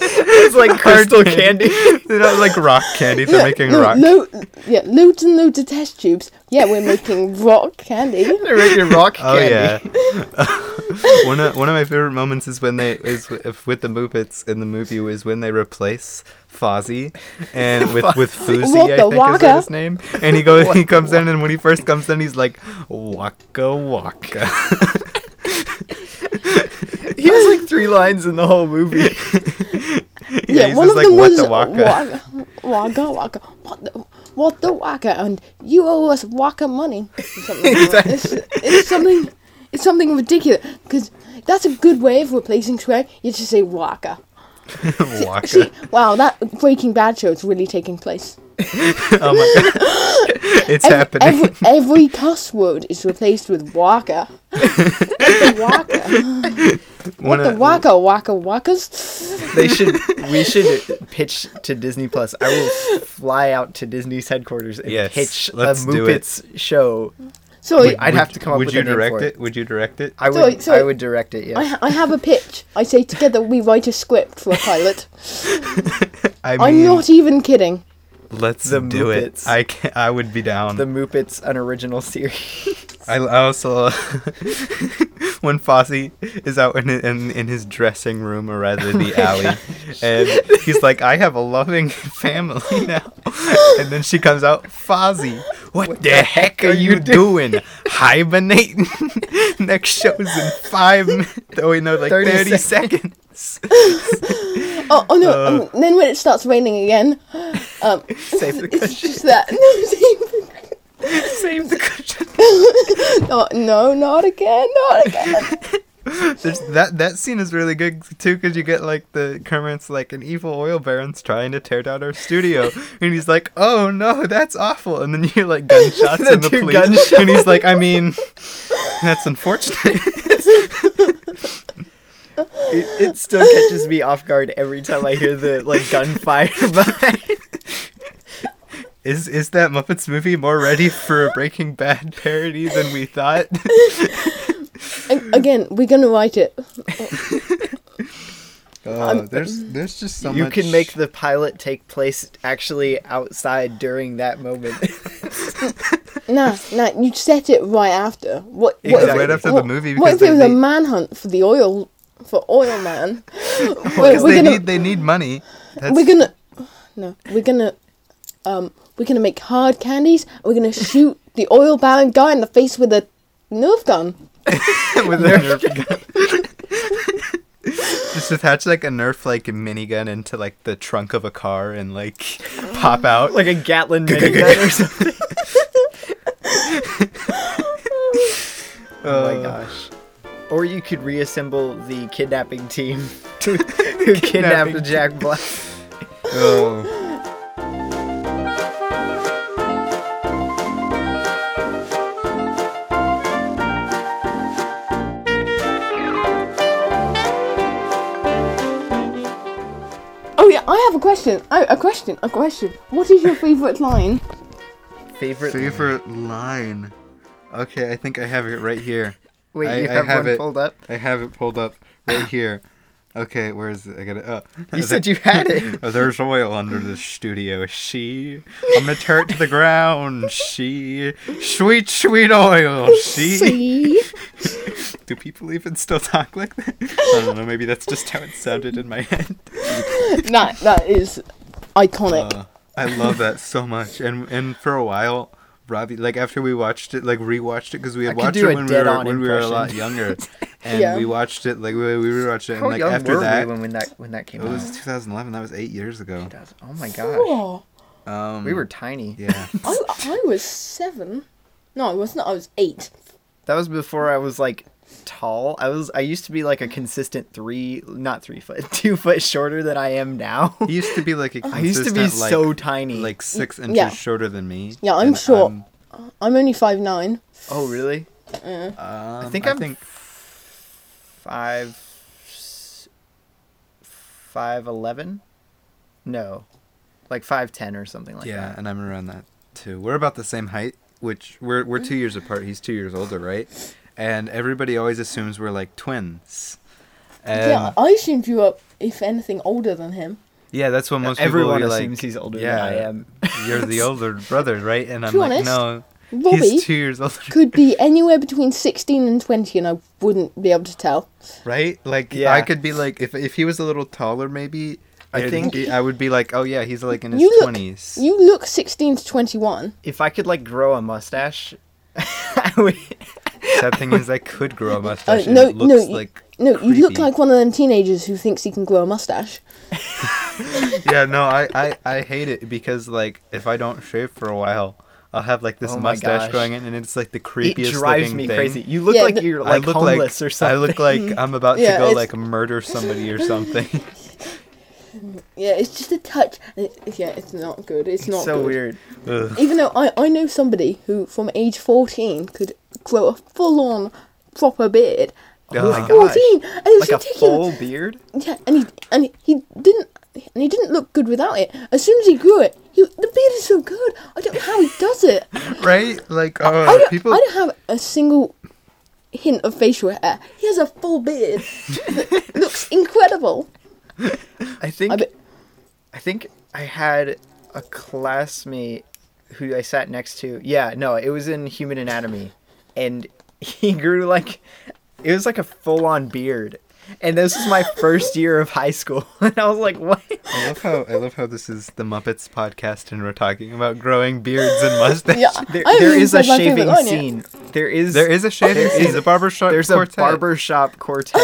it's like crystal candy. They're not like rock candy. They're Yeah, making no, rock. lo- yeah, loads and loads of test tubes. Yeah, we're making rock candy. They're making rock Oh candy. yeah. one of one of my favorite moments is when they is w- if with the Muppets in the movie was when they replace Fozzie and with with Fuzzy What I the think is waka? that his name and he goes he comes in and when he first comes in he's like waka waka. He has like three lines in the whole movie. yeah, he's just like what the waka. waka, waka, waka, what the, what the waka, and you owe us waka money. Or something like that. it's, it's something, it's something ridiculous because that's a good way of replacing swear. You just say waka. See, waka. wow, that Breaking Bad show is really taking place. Oh my god. It's Ev- happening. Every, every, cuss word is replaced with waka. waka. One The of- waka, waka, wakas. They should. We should pitch to Disney Plus. I will fly out to Disney's headquarters and Yes, pitch a let's do it. Muppets show. Sorry, I'd have to come up Would with you a name direct for it. Would you direct it? I would. So- so- I would direct it. I, Yeah. ha- I have a pitch. I say together we write a script for a pilot. I mean, I'm not even kidding. let's The do Muppets. it. I can I would be down. The Muppets an original series. I, I also when Fosse is out in, in in his dressing room or rather the alley, and he's like, "I have a loving family now," and then she comes out, Fozzie, what, the, heck are you doing? Hibernating? Next show's in five minutes. Oh, wait, no, like 30 thirty, seconds. Oh, oh no! Uh. um, then when it starts raining again, um, Save the it's cushion. just that. Save the cushion. oh, no, not again! Not again! There's, that that scene is really good too because you get like the Kermit's like an evil oil baron's trying to tear down our studio and he's like oh no that's awful and then you hear like gunshots The and the two police gunshots. and he's like I mean that's unfortunate It, it still catches me off guard every time I hear the like gunfire behind. is is that Muppets movie more ready for a Breaking Bad parody than we thought A- again, we're gonna write it. oh, there's there's just so you much can make the pilot take place actually outside during that moment. Nah, nah, you set it right after. What? Yeah, what if- right after the what- movie, What if because it was they- a manhunt for the oil, for oil man? we're, because we're they gonna, need they need money that's we're gonna, no, we're gonna, um, we're gonna make hard candies. and We're gonna shoot the oil baron guy in the face with a nerf gun. with a nerf gun. Just attach like a nerf like minigun into like the trunk of a car and like pop out. like a Gatlin minigun or something. oh my gosh. Or you could reassemble the kidnapping team who kidnapped Kidnapping Jack Black. Oh. Oh yeah, I have a question. Oh, a question, a question. What is your favorite line? Favorite. Favorite line. Okay, I think I have it right here. Wait, I- you I have, have one it. pulled up? I have it pulled up right here. Okay, where is it? I got it. Oh, You said you had it. Oh, there's oil under the studio. She, I'm gonna tear it to the ground. She, sweet, sweet oil. She. See, Do people even still talk like that? I don't know. Maybe that's just how it sounded in my head. that that is iconic. Uh, I love that so much. And and for a while, Robbie, like after we watched it, like rewatched it because we had I could watched it do a when we were dead-on when we were a lot impression. younger, and Yeah. we watched it like we we rewatched it and How like young after were that. we when, when that when that came it out? was 2011. That was eight years ago. oh my gosh, Oh, Um, we were tiny. yeah. I, I was seven. No, I wasn't. I was eight. That was before I was like tall. I was I used to be like a consistent three, not three foot, two foot shorter than I am now. He used to be like a I Oh, used to be consistent, like- so tiny. like six inches shorter than me. Yeah, I'm and short. I'm only five nine. oh really? um, I think I'm Five, s- five eleven? No, like five ten or something like yeah, that. and I'm around that too. We're about the same height, which we're we're two years apart. He's two years older, right? And everybody always assumes we're like twins. And yeah, yeah, I assumed you were, if anything, older than him. that's what most Everyone people will be assumes like. he's older yeah, than I am. You're the older brother, right? And I'm be like, honest, no, Robbie he's two years older, could be anywhere between sixteen and twenty, and I wouldn't be able to tell. right? Like, Yeah. I could be like, if if he was a little taller, maybe. I it'd think- be- I would be like, oh yeah, he's like in his You look- twenties. You look sixteen to twenty-one. If I could like grow a mustache, I would. Sad thing is, I could grow a Uh, mustache. and no, it no, looks you, like no, you look creepy. like one of them teenagers who thinks he can grow a mustache. yeah, no, I, I, I hate it because like if I don't shave for a while, I'll have like this Oh my mustache gosh. going in, and it's like the creepiest It drives looking me thing. crazy. You look Yeah, like th- you're like I look homeless like or something. I look like I'm about Yeah, to go it's- like murder somebody or something. Yeah, it's just a touch. It- yeah, it's not good. It's not so good. weird. Ugh. Even though I, I know somebody who from age 14 could grow a full on proper beard. Oh my At gosh. 14 and it was Like a full ridiculous. beard. yeah, and he and he- he didn't and he didn't look good without it. As soon as he grew it, he, the beard is so good. I don't know how he does it. Right? Like I oh, don't, people. I don't have a single hint of facial hair. He has a full beard. that looks incredible. I think I I, bet- think I had a classmate who I sat next to. Yeah, no, it was in human anatomy and he grew like it was like a full-on beard. And this was my first year of high school. And I was like, "What?" I love how I love how this is the Muppets podcast, and we're talking about growing beards and mustaches. Yeah, There, I haven't there even is a said my favorite shaving line yet. scene. There is There is a shaving scene, a barbershop there's quartet. a barbershop quartet.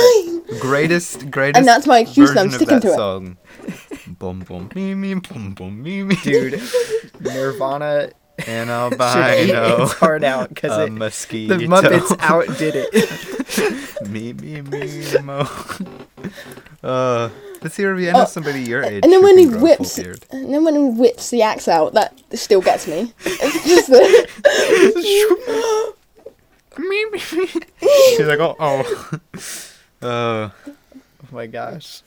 greatest greatest And that's my excuse, and I'm version of sticking that to it. song. Boom boom me me boom boom me me Dude, Nirvana and should eat its albino heart out because a it mosquito. the Muppets outdid it. me, me, me, mo. Uh, let's hear a Vienna Oh, somebody your age. and then who when can he grow a full whips, beard. and then when he whips the axe out, that still gets me. It's just the, me, me, me. She's like, oh, oh. Uh, Oh my gosh.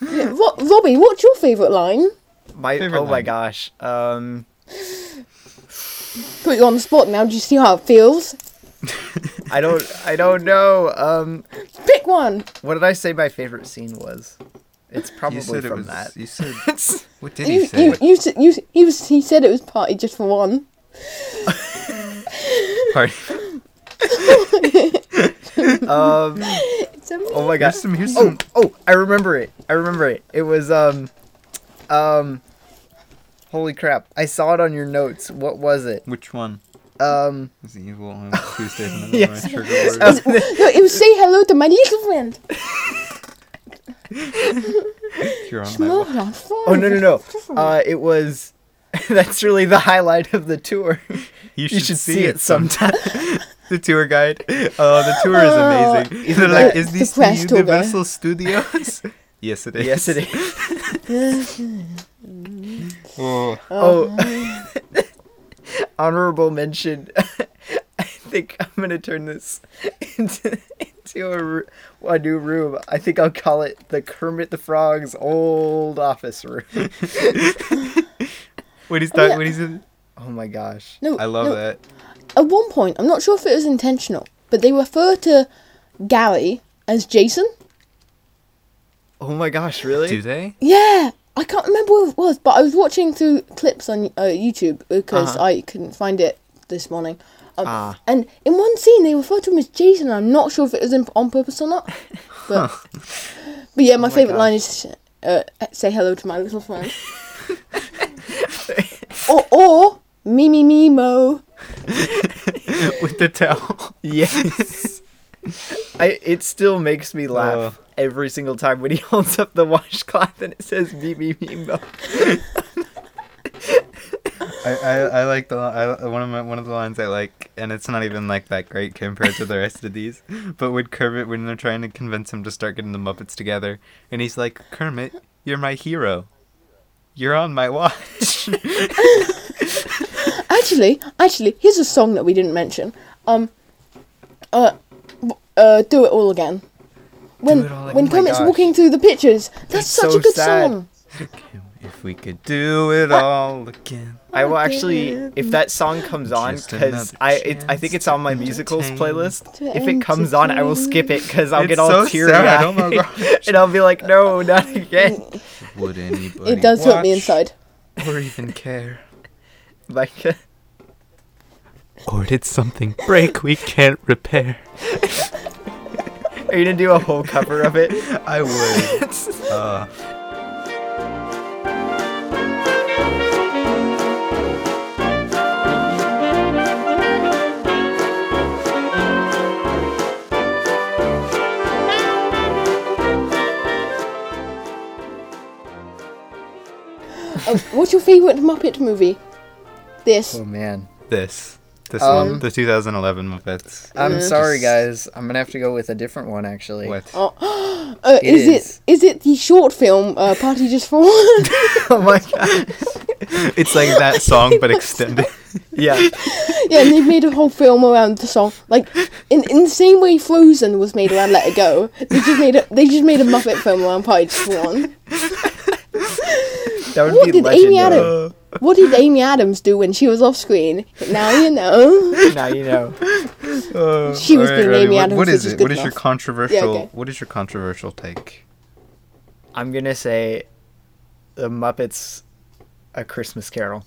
Ro- Robbie, what's your favourite line? My Favorite oh my line. gosh. Um Put you on the spot now. Do you see how it feels? I don't I don't know. Um Pick one. what did I say my favorite scene was? It's you probably said it from was. that. You said. It's- What did You, he say? you, you, s- you, s- he, was, he said it was party just for one. Party. um It's amazing. oh my gosh. Here's some. Here's Oh, some. oh, I remember it. I remember it. It was um um holy crap. I saw it on your notes. What was it? Which one? Um Is the evil on Tuesday? Another Yes. one, trigger word. um, No, it was say hello to my little friend. Oh, You're on my Hello, wa- my friend. Oh no no no. Uh, it was. that's really the highlight of the tour. You You should see it sometime. The tour guide. Oh, the tour is amazing. They're like, is this the Depressed tour guide. Universal Studios? yes, it is. yes, it is. Oh, Oh, honorable mention. I think I'm gonna turn this into, into a, ru- a new room. I think I'll call it the Kermit the Frog's old office room. what is that? What is it? Oh my gosh. No, I love no. that. At one point, I'm not sure if it was intentional, but they refer to Gary as Jason. Oh my gosh, really? Do they? Yeah, I can't remember what it was, but I was watching through clips on uh, YouTube because Uh-huh. I couldn't find it this morning. Um, Ah. And in one scene, they refer to him as Jason. and I'm not sure if it was in, on purpose or not. But, but Oh yeah, my, my favorite line is uh, "Say hello to my little friend," or, or "Me me me mo." With the towel. Yes. I it still makes me laugh every single time when he holds up the washcloth and it says me me me mo. I, I, I like the I, one of my, one of the lines I like, and it's not even like that great compared to the rest of these. But with Kermit, when they're trying to convince him to start getting the Muppets together, and he's like, Kermit, you're my hero. You're on my watch. Actually, actually, here's a song that we didn't mention. Um, uh, w- uh, do it all again. When Do It All Again. when Oh my Kermit's gosh. walking through the pictures, that's It's such so a good sad. song. if we could do it all again. I will actually if that song comes on Just because another I it, I think chance it's on my to musicals entertain. playlist. To If it comes on, I will skip it because I'll It's get all so teary sad, oh my gosh. and I'll be like, no, not Oh, again. Would anybody? It does hurt me watch inside. Or even care. Like, Or did something break we can't repair? are you gonna do a whole cover of it? I would. Uh, Uh, what's your favourite Muppet movie? This. oh man. this. This Um, one. The 2011 Muppets. I'm Mm. sorry, guys. I'm gonna have to go with a different one, actually. What? Oh, uh, It is is. it is it the short film uh, Party Just for One? oh my god. It's like that song, but extended. Yeah. yeah, and they made a whole film around the song. Like in in the same way Frozen was made around Let It Go, they just made a they just made a Muppet film around Party Just for One. That would What be did Amy legendary. Adams- What did Amy Adams do when she was off screen? Now you know. now you know. Uh, She was being Amy what- Adams, What which is is it? good What is your enough. controversial? okay. What is your controversial take? I'm gonna say the Muppets a Christmas Carol.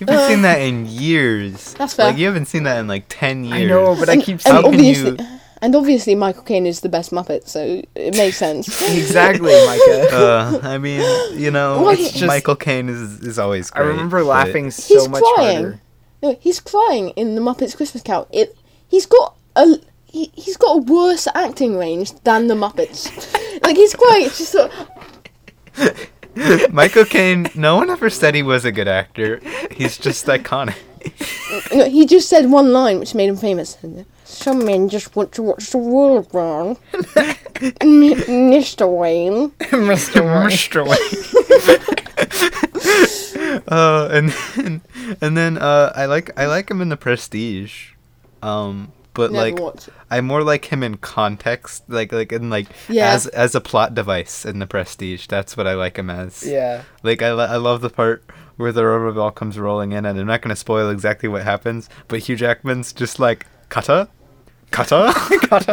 You haven't seen that in years. Uh, That's fair. Like you haven't seen that in like 10 years. I know, but I keep How can And saying obviously, you- and obviously, Michael Caine is the best Muppet, so it makes sense. exactly, Micah. Uh, I mean, you know, Why- it's It's just- Michael Caine is is always. I Great, remember but- laughing so He's much crying. harder. No, he's crying in the Muppets Christmas Carol. It he's got a he, he's got a worse acting range than the Muppets. like he's crying. It's just sort of- Michael Caine. No one ever said he was a good actor. He's just iconic. no, he just said one line which made him famous. Some men just want to watch the world burn. M- Mr. Wayne. Mr. Mr. Uh, and then, and then uh, I like I like him in the Prestige, um, but Never like watched it. I more like him in context, like like in like Yeah. as as a plot device in the Prestige. That's what I like him as. Yeah. Like I, lo- I love the part where the rubber ball comes rolling in, and I'm not gonna spoil exactly what happens, but Hugh Jackman's just like cutter, cutter. what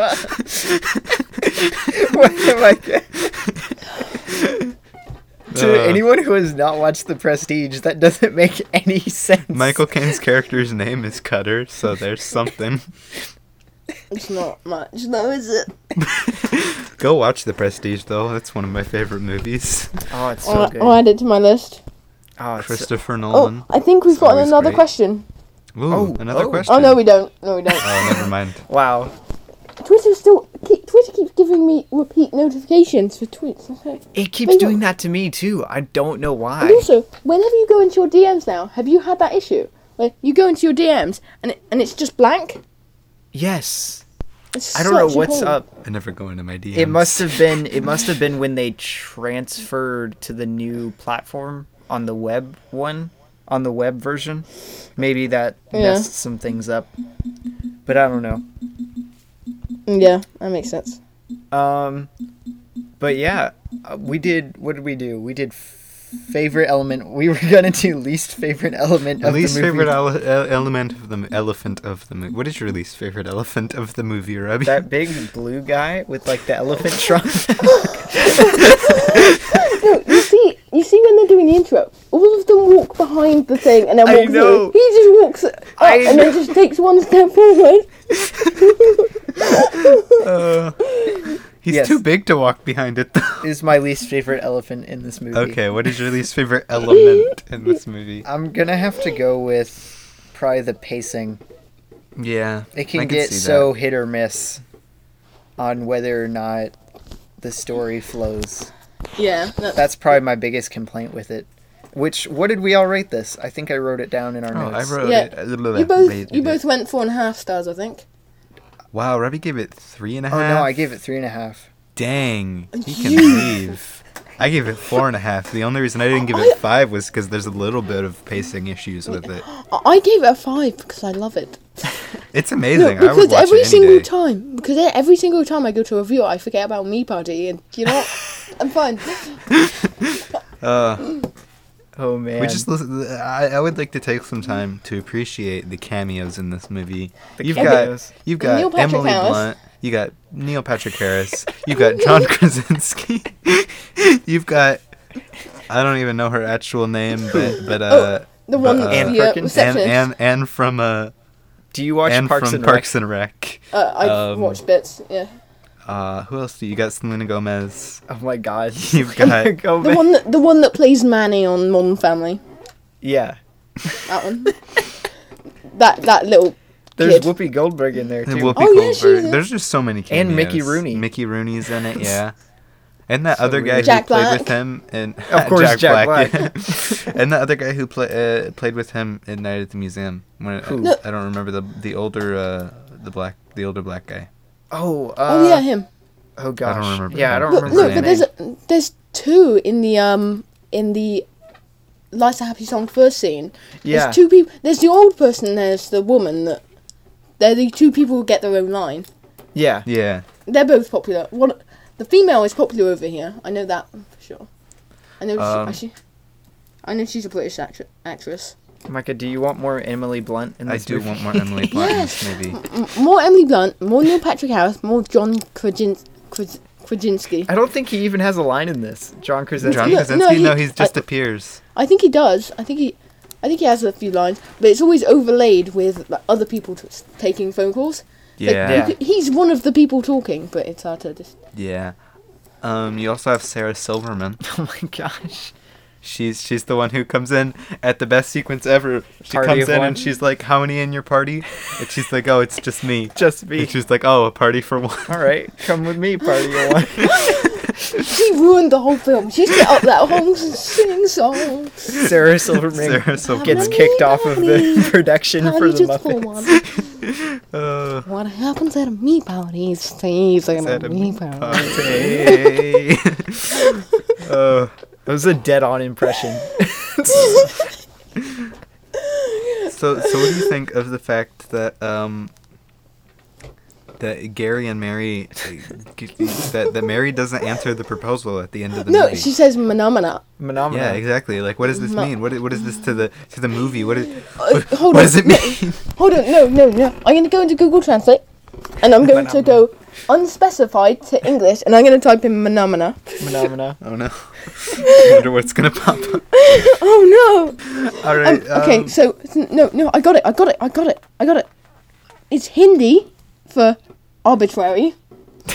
am I Uh, to anyone who has not watched The Prestige, that doesn't make any sense. Michael Caine's character's name is Cutter, so there's something. It's not much, though, is it? Go watch The Prestige though. That's one of my favorite movies. Oh, it's so I'll, good. Um, I'll add it to my list. Oh, it's so- Christopher Nolan. Oh, I think we've It's got always another great. question. Ooh, Oh, another oh. question. Oh, no, we don't. No, we don't. Oh, never mind. wow. Twitter still. Keep, Twitter keeps giving me repeat notifications for tweets. Okay. It keeps Maybe- doing that to me too. I don't know And why. also, whenever you go into your DMs now, have you had that issue? Where you go into your DMs and it, and it's just blank? Yes. It's I don't know such a what's pain. up. I never go into my DMs. It must have been it must have been when they transferred to the new platform on the web one, on the web version. Maybe that Yeah. messed some things up. But I don't know. Yeah, that makes sense. Um, but yeah, uh, we did. What did we do? We did f- favorite element. We were gonna do least favorite element Your of least the movie. favorite ele- ele- element of the mo- elephant of the movie. What is your least favorite elephant of the movie, Robbie? that big blue guy with like the elephant trunk. No, you see, you see when they're doing the intro, all of them walk behind the thing and then I walk know. through. He just walks up I and then just takes one step forward. He's Yes. too big to walk behind it, though. is my least favorite elephant in this movie. Okay, what is your least favorite element in this movie? I'm gonna have to go with probably the pacing. Yeah, It can, get so hit or miss on whether or not the story flows. Yeah, that, That's probably my biggest complaint with it. Which what did we all rate this? I think I wrote it down in our Oh, I notes. wrote Yeah. it. a little you bit both later. you both went four and a half stars, I think. Wow, Robbie gave it three and a half. Oh no, I gave it three and a half. Dang, he can Jeez. leave. I gave it four and a half. The only reason I didn't give it five was because there's a little bit of pacing issues with it. I, I gave it a five because I love it. It's No, amazing. I would because watch every it any single day. time, because e- every single time I go to a review, I forget about me party, and you know, what? I'm fine. Uh, Oh man. we just listen, I, I would like to take some time to appreciate the cameos in this movie. The you've cameos. got you've Neil got Patrick Emily Harris. Blunt. You got Neil Patrick Harris. You've got John Krasinski. you've got I don't even know her actual name, but Oh, but uh, The one but, that's uh, Anne the uh, Perkins? and, receptionist. and and from uh Do you watch and Parks from and Parks and Rec. uh, I've um, watched bits. Yeah, Uh, who else do you got? Selena Gomez. Rec? Oh my god. You've got- Go the back. one that the one that plays Manny on Modern Family. Yeah. That one. that that little. There's Kid. Whoopi Goldberg in there And too. Whoopi Oh, yeah, she's Goldberg. in- There's just so many cameos. And Mickey Rooney. Mickey Rooney's in it, yeah. And that So other guy weird. Jack who played with Black. him in Of course, Jack Black. yeah. and the other guy who play, uh, played with him in Night at the Museum. When I, Who? No. I don't remember the the older uh, the black the older black guy. Oh, uh, oh yeah, him. Oh gosh. remember Yeah, that. I don't Look, remember. look, his but name. there's a, there's two in the um in the. Lights a happy song first scene. yeah. There's two people. There's the old person. and There's the woman. That they're the two people who get their own line. yeah. Yeah. They're both popular. One, the female is popular over here. I know that for sure. I know. Um, she, she, I know she's a British actri- actress. Micah, do you want more Emily Blunt in I this do movie? want more Emily Blunt in this movie. M- more Emily Blunt, more Neil Patrick Harris, more John Krajin- Kraj- Krasinski. I don't think he even has a line in this. John Krasinski. John no, Krasinski? he- No, he's just I- appears. I think he does. I think he, I think he has a few lines, but it's always overlaid with like, other people t- taking phone calls. Like, Yeah. Yeah. he- he's one of the people talking, but it's hard to just. Yeah. Um, you also have Sarah Silverman. Oh my gosh. She's she's the one who comes in at the best sequence ever. She Party comes of in one. and she's like, "How many in your party?" And she's like, "Oh, it's just me." Just me. And she's like, "Oh, a party for one." All right, come with me, party you want. She ruined the whole film. She set up that whole sing song. Sarah Silverman Sarah Silverman. gets kicked off of the production How for did the you pull Muppets. one? Uh, What happens at a me party stays at at a a me meat party. party. Uh, that was a dead on impression. so, so what do you think of the fact that um, that Gary and Mary that that Mary doesn't answer the proposal at the end of the No, movie? she says menomina. Phenomenal. yeah, exactly. Like, what does this Ma- mean? What i- what is this to the to the movie? What is Uh, hold what on. does it no, mean? hold on. No, no, no. I'm going to go into Google Translate and I'm going to Menomina. go unspecified to English and I'm going to type in menomina. Phenomena. Oh no! I wonder what's gonna pop up. Oh no. All Um, right. okay, um, so s- no, no, I got it. I got it. I got it. I got it. It's Hindi for arbitrary.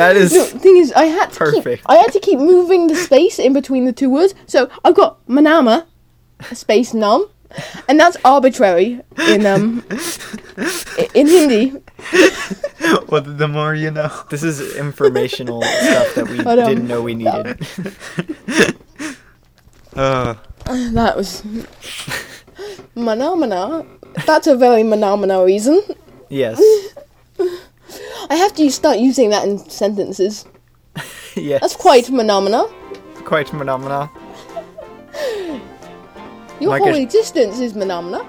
That is. No, thing is, I had to Perfect. keep. I had to keep moving the space in between the two words. So I've got manama, space num, and that's arbitrary in um i- in Hindi. well, the more you know. This is informational stuff that we But, um, didn't know we needed. Uh, That was manamana. That's a very manamana reason. Yes. I have to start using that in sentences. Yes. That's quite manamana. quite phenomena. Your Like whole a- existence is manamana.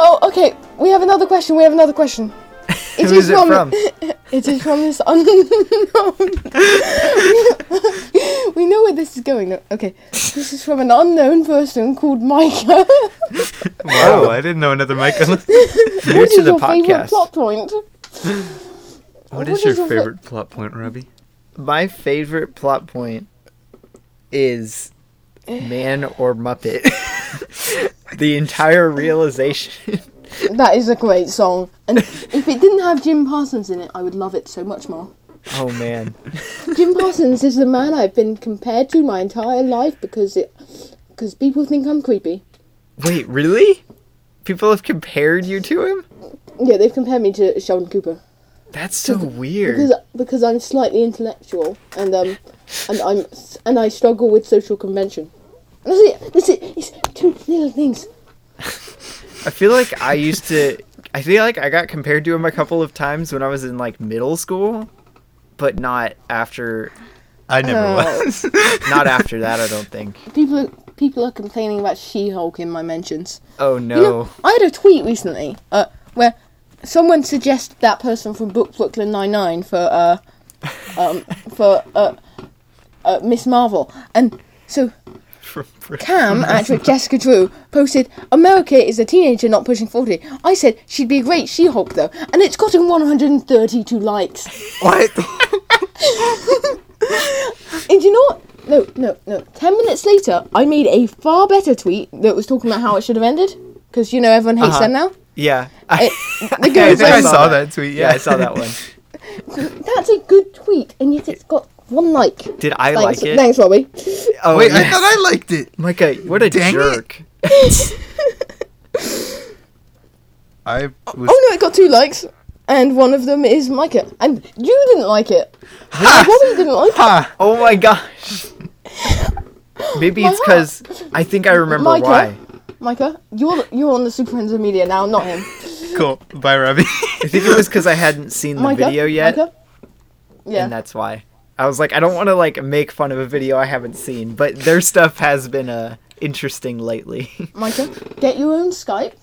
Oh, okay. We have another question. We have another question. It Who is it from? it is from this unknown. we know where this is going. Okay, this is from an unknown person called Micah. Oh. wow! I didn't know another mic. New What to the is your favorite podcast. plot point? what is is your your fa- favorite plot point, Robbie? My favorite plot point is man or Muppet. the entire realization. That is a great song, and if it didn't have Jim Parsons in it, I would love it so much more. Oh man. Jim Parsons is the man I've been compared to my entire life because it, because people think I'm creepy. Wait, really? People have compared you to him? Yeah, they've compared me to Sheldon Cooper. That's so weird. because because I'm slightly intellectual and um and I'm and I struggle with social convention. And That's it. That's it. It's two little things. I feel like I used to I feel like I got compared to him a couple of times when I was in like middle school, but not after I never Oh. was. not after that, I don't think. People are, people are complaining about She-Hulk in my mentions. Oh no. You know, I had a tweet recently uh, where someone suggested that person from Book Brooklyn Nine Nine for uh, um, for uh, uh, Miss Marvel, and so Cam, actress Jessica Drew, posted, America is a teenager not pushing 40. I said, she'd be a great She Hulk though, and it's gotten 132 likes. What? And you know what? No, no, no. 10 minutes later, I made a far better tweet that was talking about how it should have ended, because you know everyone hates Uh-huh. them now. Yeah. It, the I girl was think I like, saw that tweet. Yeah, yeah, I saw that one. that's a good tweet, and yet it's got one like. Did I like Thanks, it? thanks, Robbie. Oh, Wait, I yes. thought I liked it. Micah, what a Dang it. jerk. I was. Oh no, it got two likes, and one of them is Micah. And you didn't like it. Robbie didn't like it. Ha! Oh my gosh. Maybe it's because I think I remember Micah? why. Micah, you're you're on the Super Friends of Media now, not him. Cool. Bye, Robbie. I think it was because I hadn't seen the Micah, video yet, Micah? Yeah. and that's why. I was like, I don't want to like make fun of a video I haven't seen, but their stuff has been uh interesting lately. Micah, get your own Skype,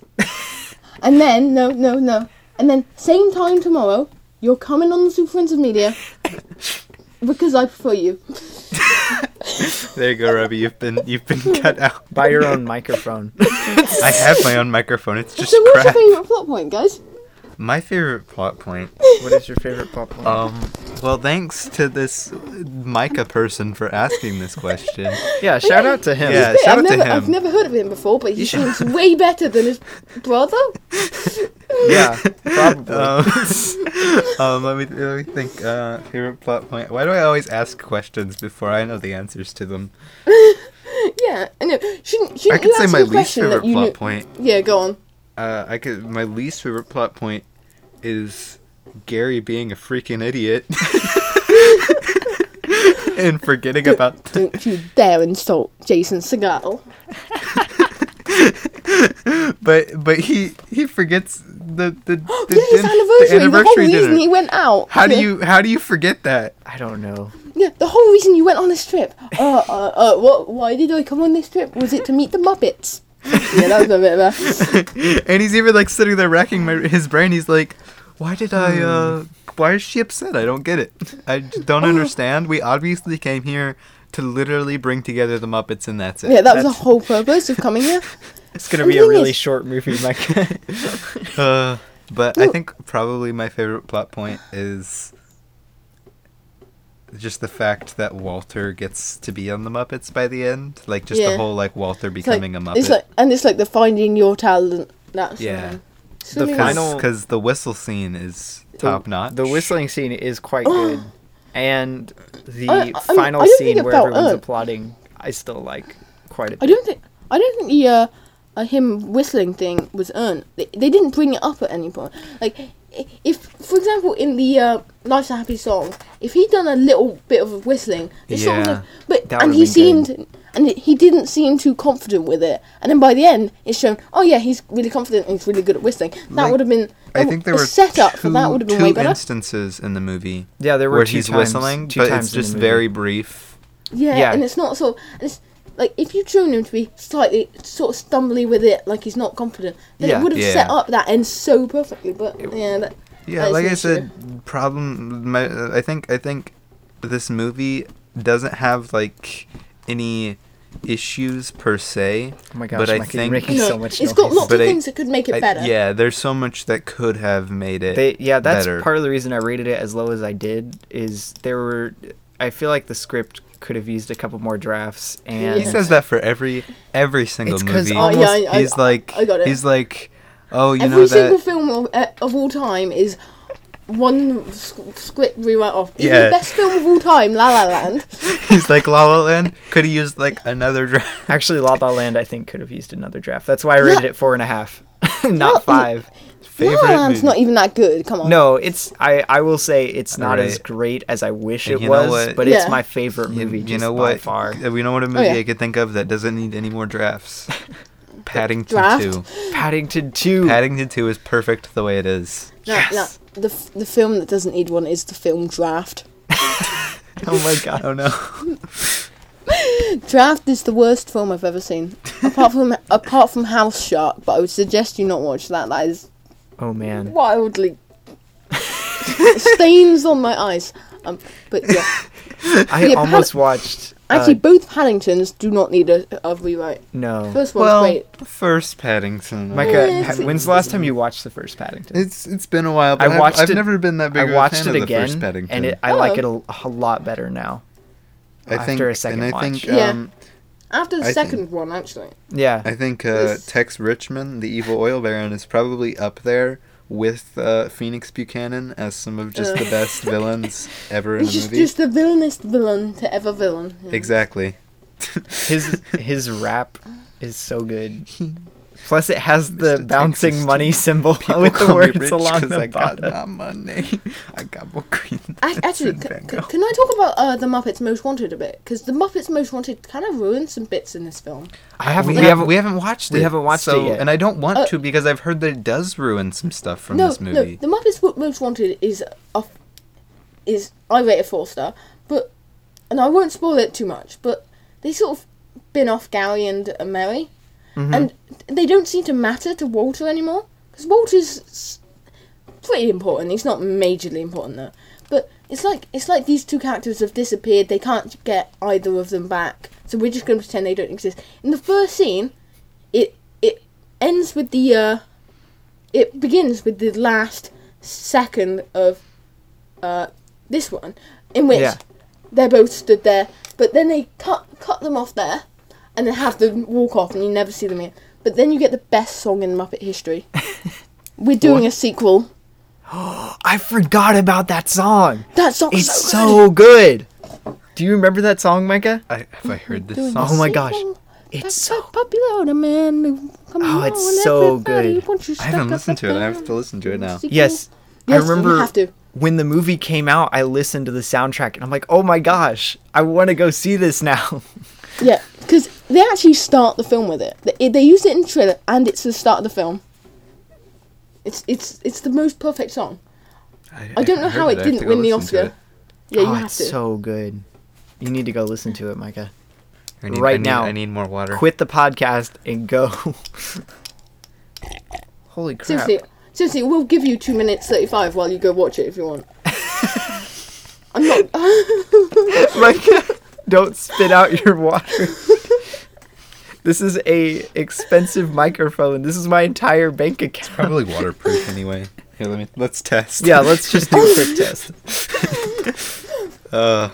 and then no, no, no, and then same time tomorrow, you're coming on the Super Friends of Media because I prefer you. there you go, Robbie. You've been you've been cut out. Buy your own microphone. I have my own microphone. It's just So what's crap. your favourite plot point, guys? My favorite plot point. what is your favorite pop punk? Um. Well, thanks to this Micah person for asking this question. yeah, shout out to him. Yeah. Wait, shout I've out to never, him. I've never heard of him before, but he seems way better than his brother. yeah, probably. Um, um, let me let me think. Uh, favorite plot point. Why do I always ask questions before I know the answers to them? Yeah, Yeah, I know. Shouldn't, shouldn't I you could say answer my the least question that favorite you plot knew- point. Yeah, go on. Uh, I could. My least favorite plot point is Gary being a freaking idiot and forgetting about. Don't you dare insult Jason Segal. But but he he forgets the the, the yeah, his din- anniversary. The, whole reason dinner. he went out. How do Yeah. you how do you forget that? I don't know. Yeah, the whole reason you went on this trip. Uh, uh, uh, what? Why did I come on this trip? Was it to meet the Muppets? yeah, that was a bit of a. and he's even like sitting there racking my, his brain. He's like, "Why did I? Hmm. uh Why is she upset? I don't get it. I j- don't Oh. understand. We obviously came here to literally bring together the Muppets, and that's it." Yeah, that was the That's- whole purpose of coming here. It's gonna And be a the thing really is- short movie, my guy. Uh, but I Well- think probably my favorite plot point is just the fact that Walter gets to be on the Muppets by the end. Like just Yeah. the whole like Walter It's like- becoming a Muppet. It's like, and it's like the finding your talent. That's Yeah. um, the swimming final final- because the whistle scene is top notch. The whistling scene is quite good, and the Oh. Uh, I- I mean, final I don't think scene it where felt everyone's earned. applauding, I still like quite a I bit. don't think I don't think the uh, uh, him whistling thing was earned. They, they didn't bring it up at any point. Like i- if, for example, in the uh, "Life's a Happy Song," if he'd done a little bit of whistling, it's sort of Yeah, like, but that and would've he been seemed and he didn't seem too confident with it. And then by the end, it's shown. Oh yeah, he's really confident and he's really good at whistling. That Like, would have been. I that think w- there Oh, a were setup two, for that would have been two way better. instances in the movie. Yeah, there were where two he's times- whistling, two but times it's in the just movie. very brief. Yeah, Yeah. and it's not sort of and it's like if you'd shown him to be slightly sort of stumbly with it, like he's not confident, then Yeah. it would have Yeah. set up that end so perfectly. But yeah, that, Yeah, that is like an I issue. said, problem. My, I think I think this movie doesn't have like any issues per se. Oh my gosh, but I Mike, you're think making no, so much it's got noise. lots But of I- things that could make it I- better. yeah, there's so much that could have made it. They, yeah, that's better. part of the reason I rated it as low as I did. Is there were, I feel like the script could have used a couple more drafts, and He says that for every every single It's 'cause movie. Oh, yeah, almost- I- he's I- like I got it. he's like, oh, you Every know single that. film of, uh, of all time is one sc- script rewrite off. Even Yeah. the best film of all time, La La Land. he's like La La Land could have used like another draft. actually, La La Land I think could have used another draft. That's why I rated Yeah. Oh, it four and a half, No, it- not five. La La Favorite Land's movie. not even that good. Come on. No, it's I, I will say it's not as Alright. great as I wish And it you know was, what? but it's Yeah. my favorite You- movie. You, just know by what? Far. Uh, You know what a movie Oh, yeah. I could think of that doesn't need any more drafts. Paddington Draft? Two. Paddington Two. Paddington Two is perfect the way it is. no, yes. no. The f- the film that doesn't need one is the film Draft. oh my god. Oh no. Draft is the worst film I've ever seen, apart from apart from House Shark. But I would suggest you not watch that. That is Oh man. wildly stains on my eyes. Um, but yeah, I Yeah, Pad- almost watched. uh, actually, both Paddingtons do not need a, a rewrite. no. First one's great. first Paddington. Micah, Yeah, ha- it's- when's the last time you watched the first Paddington? It's it's been a while. But I I've- watched I've, it- never been that big. I of a watched fan it of the first again, Paddington. and it, I Oh. like it a, a lot better now. I after think, a second and I watch. think Yeah. um, After the I second one, actually, Yeah. I think uh, This- Tex Richmond, the evil oil baron, is probably up there with uh, Phoenix Buchanan as some of just the Uh. best villains ever in a it's just movie. just the villainest villain to ever villain. Yeah. Exactly. his his rap is so good. Plus, it has the Mr. bouncing Texas money symbol People with the call me words rich along 'cause the I got bottom. my money. I got more green. Ac- lights Actually, in c- Van c- Gogh. can I talk about uh, the Muppets Most Wanted a bit? Because the Muppets Most Wanted kind of ruined some bits in this film. I haven't. we, We, have, haven't. we haven't watched it. we haven't watched it so- yet. and I don't want Uh, to because I've heard that it does ruin some stuff from no, this movie. No, the Muppets Wo- Most Wanted is a, is I rate a four star, but and I won't spoil it too much. But they sort of bin off Gary and uh, Mary, Mm-hmm. and they don't seem to matter to Walter anymore because Walter's s- pretty important. He's not majorly important though. But it's like it's like these two characters have disappeared. They can't get either of them back, so we're just going to pretend they don't exist. In the first scene, it it ends with the uh, it begins with the last second of uh, this one, in which Yeah. they're both stood there, but then they cut cut them off there, and then have them walk off, and you never see them again. But then you get the best song in Muppet history. We're doing a sequel. I forgot about that song. That song's It's so, good. so good. Do you remember that song, Micah? I, have I heard this Doing song? a Oh my gosh. sequel It's That's so so popular, man. Come Oh, on, it's so everybody, good. won't you I haven't step up listened to it. I have and to listen to it now. down? Yes. Yes, I you remember have to. when the movie came out, I listened to the soundtrack and I'm like, oh my gosh, I want to go see this now. Yeah, because they actually start the film with it. They, they use it in trailer, and it's the start of the film. It's it's it's the most perfect song. I don't know heard how it I have didn't to go win the listen to Oscar. it. Yeah, you oh, have it's to. so good. You need to go listen to it, Micah. I need, Right I need, now. I need more water. Quit the podcast and go. Holy crap. Seriously, seriously, we'll give you two minutes thirty-five while you go watch it if you want. I'm not. uh, Micah, don't spit out your water. this is a expensive microphone. This is my entire bank account. Probably waterproof anyway. Here, let me. Let's test. Yeah, let's just do a quick test. Uh,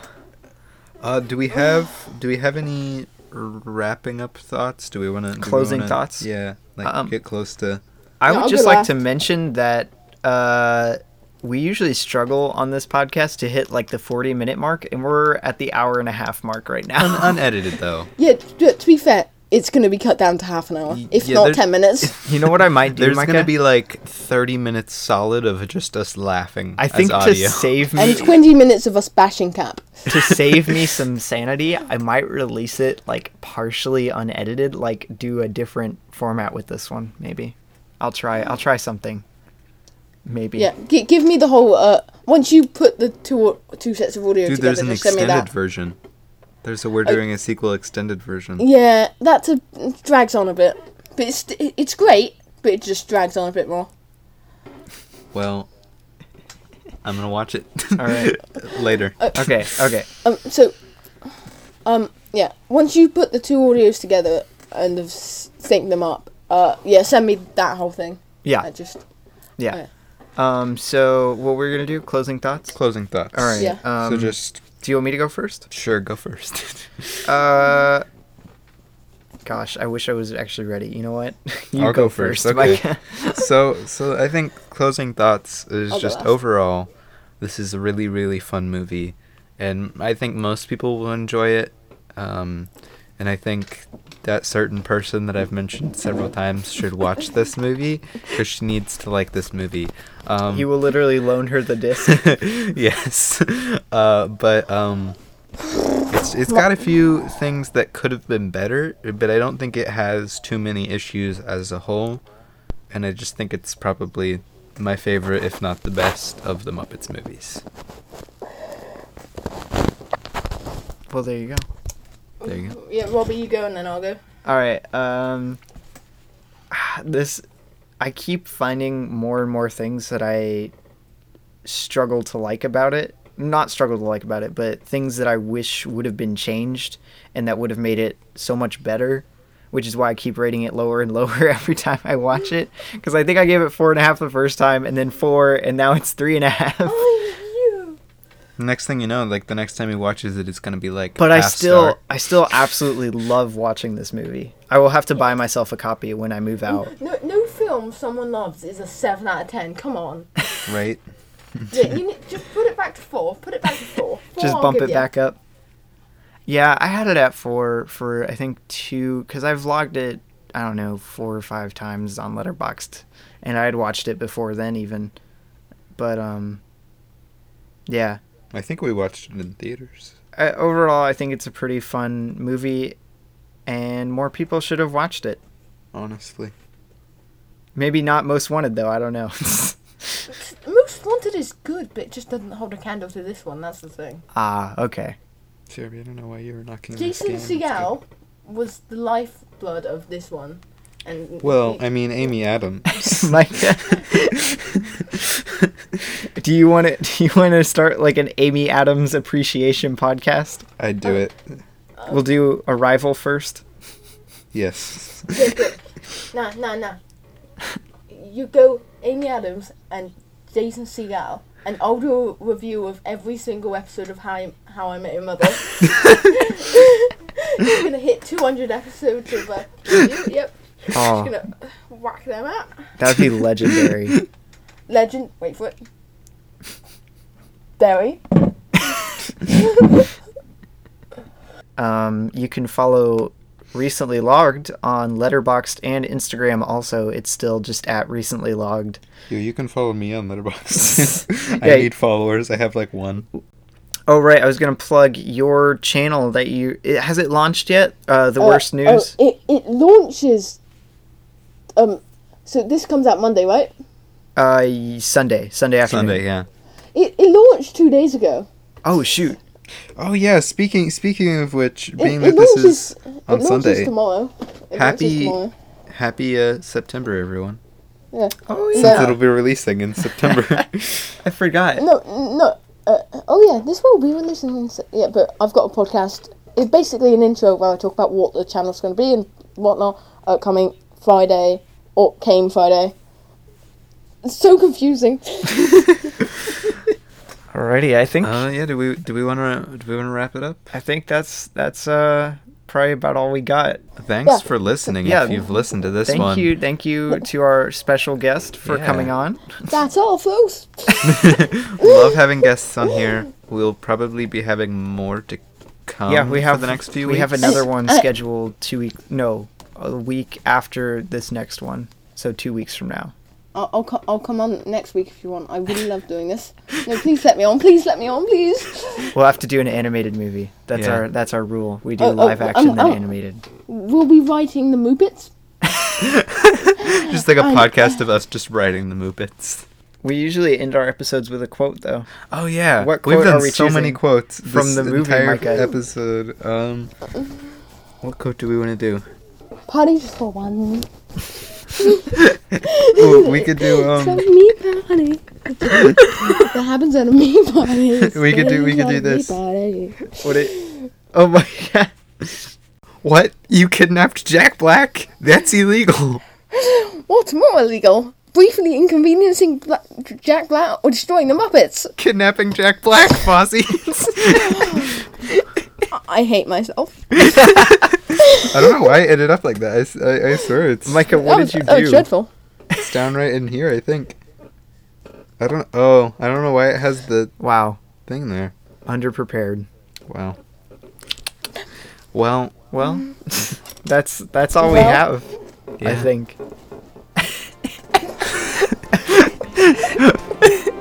uh, do we have do we have any wrapping up thoughts? Do we want to Closing thoughts? Yeah, like Um, get close to. I Yeah, would I'll just go like last. to mention that uh, we usually struggle on this podcast to hit like the 40 minute mark, and we're at the hour and a half mark right now. unedited though. yeah, to, to be fair, it's going to be cut down to half an hour, Y- if yeah, not there's- ten minutes. you know what I might do, There's Micah? gonna be like 30 minutes solid of just us laughing. I think as to audio. save me and twenty minutes of us bashing cap. to save me some sanity, I might release it like partially unedited, like do a different format with this one. Maybe I'll try. I'll try something. Maybe. Yeah, g- give me the whole. Uh, once you put the two two sets of audio Dude, together, there's an just send me extended that. version. There's a we're doing a sequel extended version. yeah, that to, drags on a bit, but it's it's great, but it just drags on a bit more. Well, I'm gonna watch it All right. Uh, later. Okay. Okay. Um, so, um, yeah, once you put the two audios together and have s- sync them up, uh, yeah, send me that whole thing. I Yeah. just Yeah. Um. So what we're gonna do? Closing thoughts. Closing thoughts. All right. Yeah. Um, so just Do you want me to go first? sure go first. Uh, gosh, I wish I was actually ready. You know what? you I'll go first, okay. Micah. so so I think closing thoughts is I'll go just last. overall, this is a really really fun movie, and I think most people will enjoy it, um, and I think that certain person that I've mentioned several times should watch this movie because she needs to like this movie. Um, you will literally loan her the disc. yes, uh, but um, it's it's got a few things that could have been better, but I don't think it has too many issues as a whole, and I just think it's probably my favorite, if not the best, of the Muppets movies. well, there you go. There you go. yeah, Robbie, you go and then I'll go. All right. Um, this, I keep finding more and more things that I struggle to like about it. Not struggle to like about it, but things that I wish would have been changed and that would have made it so much better. Which is why I keep rating it lower and lower every time I watch it. Because I think I gave it four and a half the first time, and then four, and now it's three and a half. Next thing you know, like the next time he watches it, it's gonna be like. But I half still, star. I still absolutely love watching this movie. I will have to buy myself a copy when I move out. No, no film someone loves is a seven out of ten. Come on, right. yeah, you need, just put it back to four. Put it back to four. Four just I'll bump give it you. back up. Yeah, I had it at four for I think two because I vlogged it. I don't know four or five times on Letterboxd, and I had watched it before then even. But um, yeah. I think we watched it in theaters. I, overall, I think it's a pretty fun movie, and more people should have watched it. Honestly, Maybe not most wanted though. I don't know. Most Wanted is good, but it just doesn't hold a candle to this one. That's the thing. ah, okay. Sherry, I don't know why you were knocking. Jason Segel was the lifeblood of this one, and Well, he- I mean, Amy Adams. Micah, do you want to do you want to start like an Amy Adams appreciation podcast? I'd do it. We'll do Arrival first. Yes. Yeah, but nah, nah, nah. You go Amy Adams and Jason Segel, and I'll do a review of every single episode of How I, How I Met Your Mother. You're gonna hit 200 episodes of uh, review. Yep. Oh. Just gonna whack them out. That'd be legendary. Legend. Wait for it. Derry. Um, you can follow recently logged on Letterboxd and Instagram. Also, it's still just at recently logged. Yo, you can follow me on Letterboxd. I yeah. need followers. I have like one. Oh right, I was gonna plug your channel that you it, has it launched yet? Uh, the Uh, worst news. Oh, it, it launches. Um, so this comes out Monday, right? Uh, y- Sunday, Sunday afternoon. Sunday, yeah. It, it launched two days ago. Oh shoot. Oh yeah, speaking speaking of which, It, being it that this launches. is it on launches Sunday, tomorrow. It launches happy tomorrow. happy uh, September, everyone. Yeah. Oh So- yeah. Since it'll be releasing in September. I forgot. No, no. Uh, oh yeah, this will be releasing. in Sep- Yeah, but I've got a podcast. It's basically an intro where I talk about what the channel's going to be and whatnot. Uh, coming Friday or came Friday. It's so confusing. Alrighty, I think uh, yeah. Do we do we want to do we want to wrap it up? I think that's that's uh probably about all we got. Thanks Yeah. for listening. Yeah. If you've listened to this Thank one, you, thank you to our special guest for Yeah. coming on. That's all, folks. love having guests on here. We'll probably be having more to come. yeah, we have Um, for the next few We weeks. have another one I- scheduled two week no a week after this next one, so two weeks from now. I'll I'll, co- I'll come on next week if you want. I really love doing this. No, please let me on. Please let me on, please. We'll have to do an animated movie. That's Yeah. our that's our rule. We do Oh, oh, live action um, then oh. animated. We'll be writing the Muppets. just like a I- podcast of us just writing the Muppets. We usually end our episodes with a quote though. Oh yeah, What we've quote done are we so many choosing quotes from this the movie, entire Micah? episode. Um, what quote do we want to do? Parties for one. Ooh, we could do Some um, me party. that happens at a me party. We could do- we could do At a me this. party. What it Oh my god. what you kidnapped Jack Black? That's illegal. What's more illegal? Briefly inconveniencing Bla- Jack Black or destroying the Muppets. Kidnapping Jack Black, Fozzie. I- I hate myself. I don't know why I ended up like that. I s- I, I swear it's Micah, that what was, did you that do? was dreadful. it's down right in here. I think. I don't. Oh, I don't know why it has the wow. thing there. Underprepared. Wow. Well, Well, that's that's all we Well. have, I yeah. think.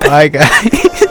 Bye, guys.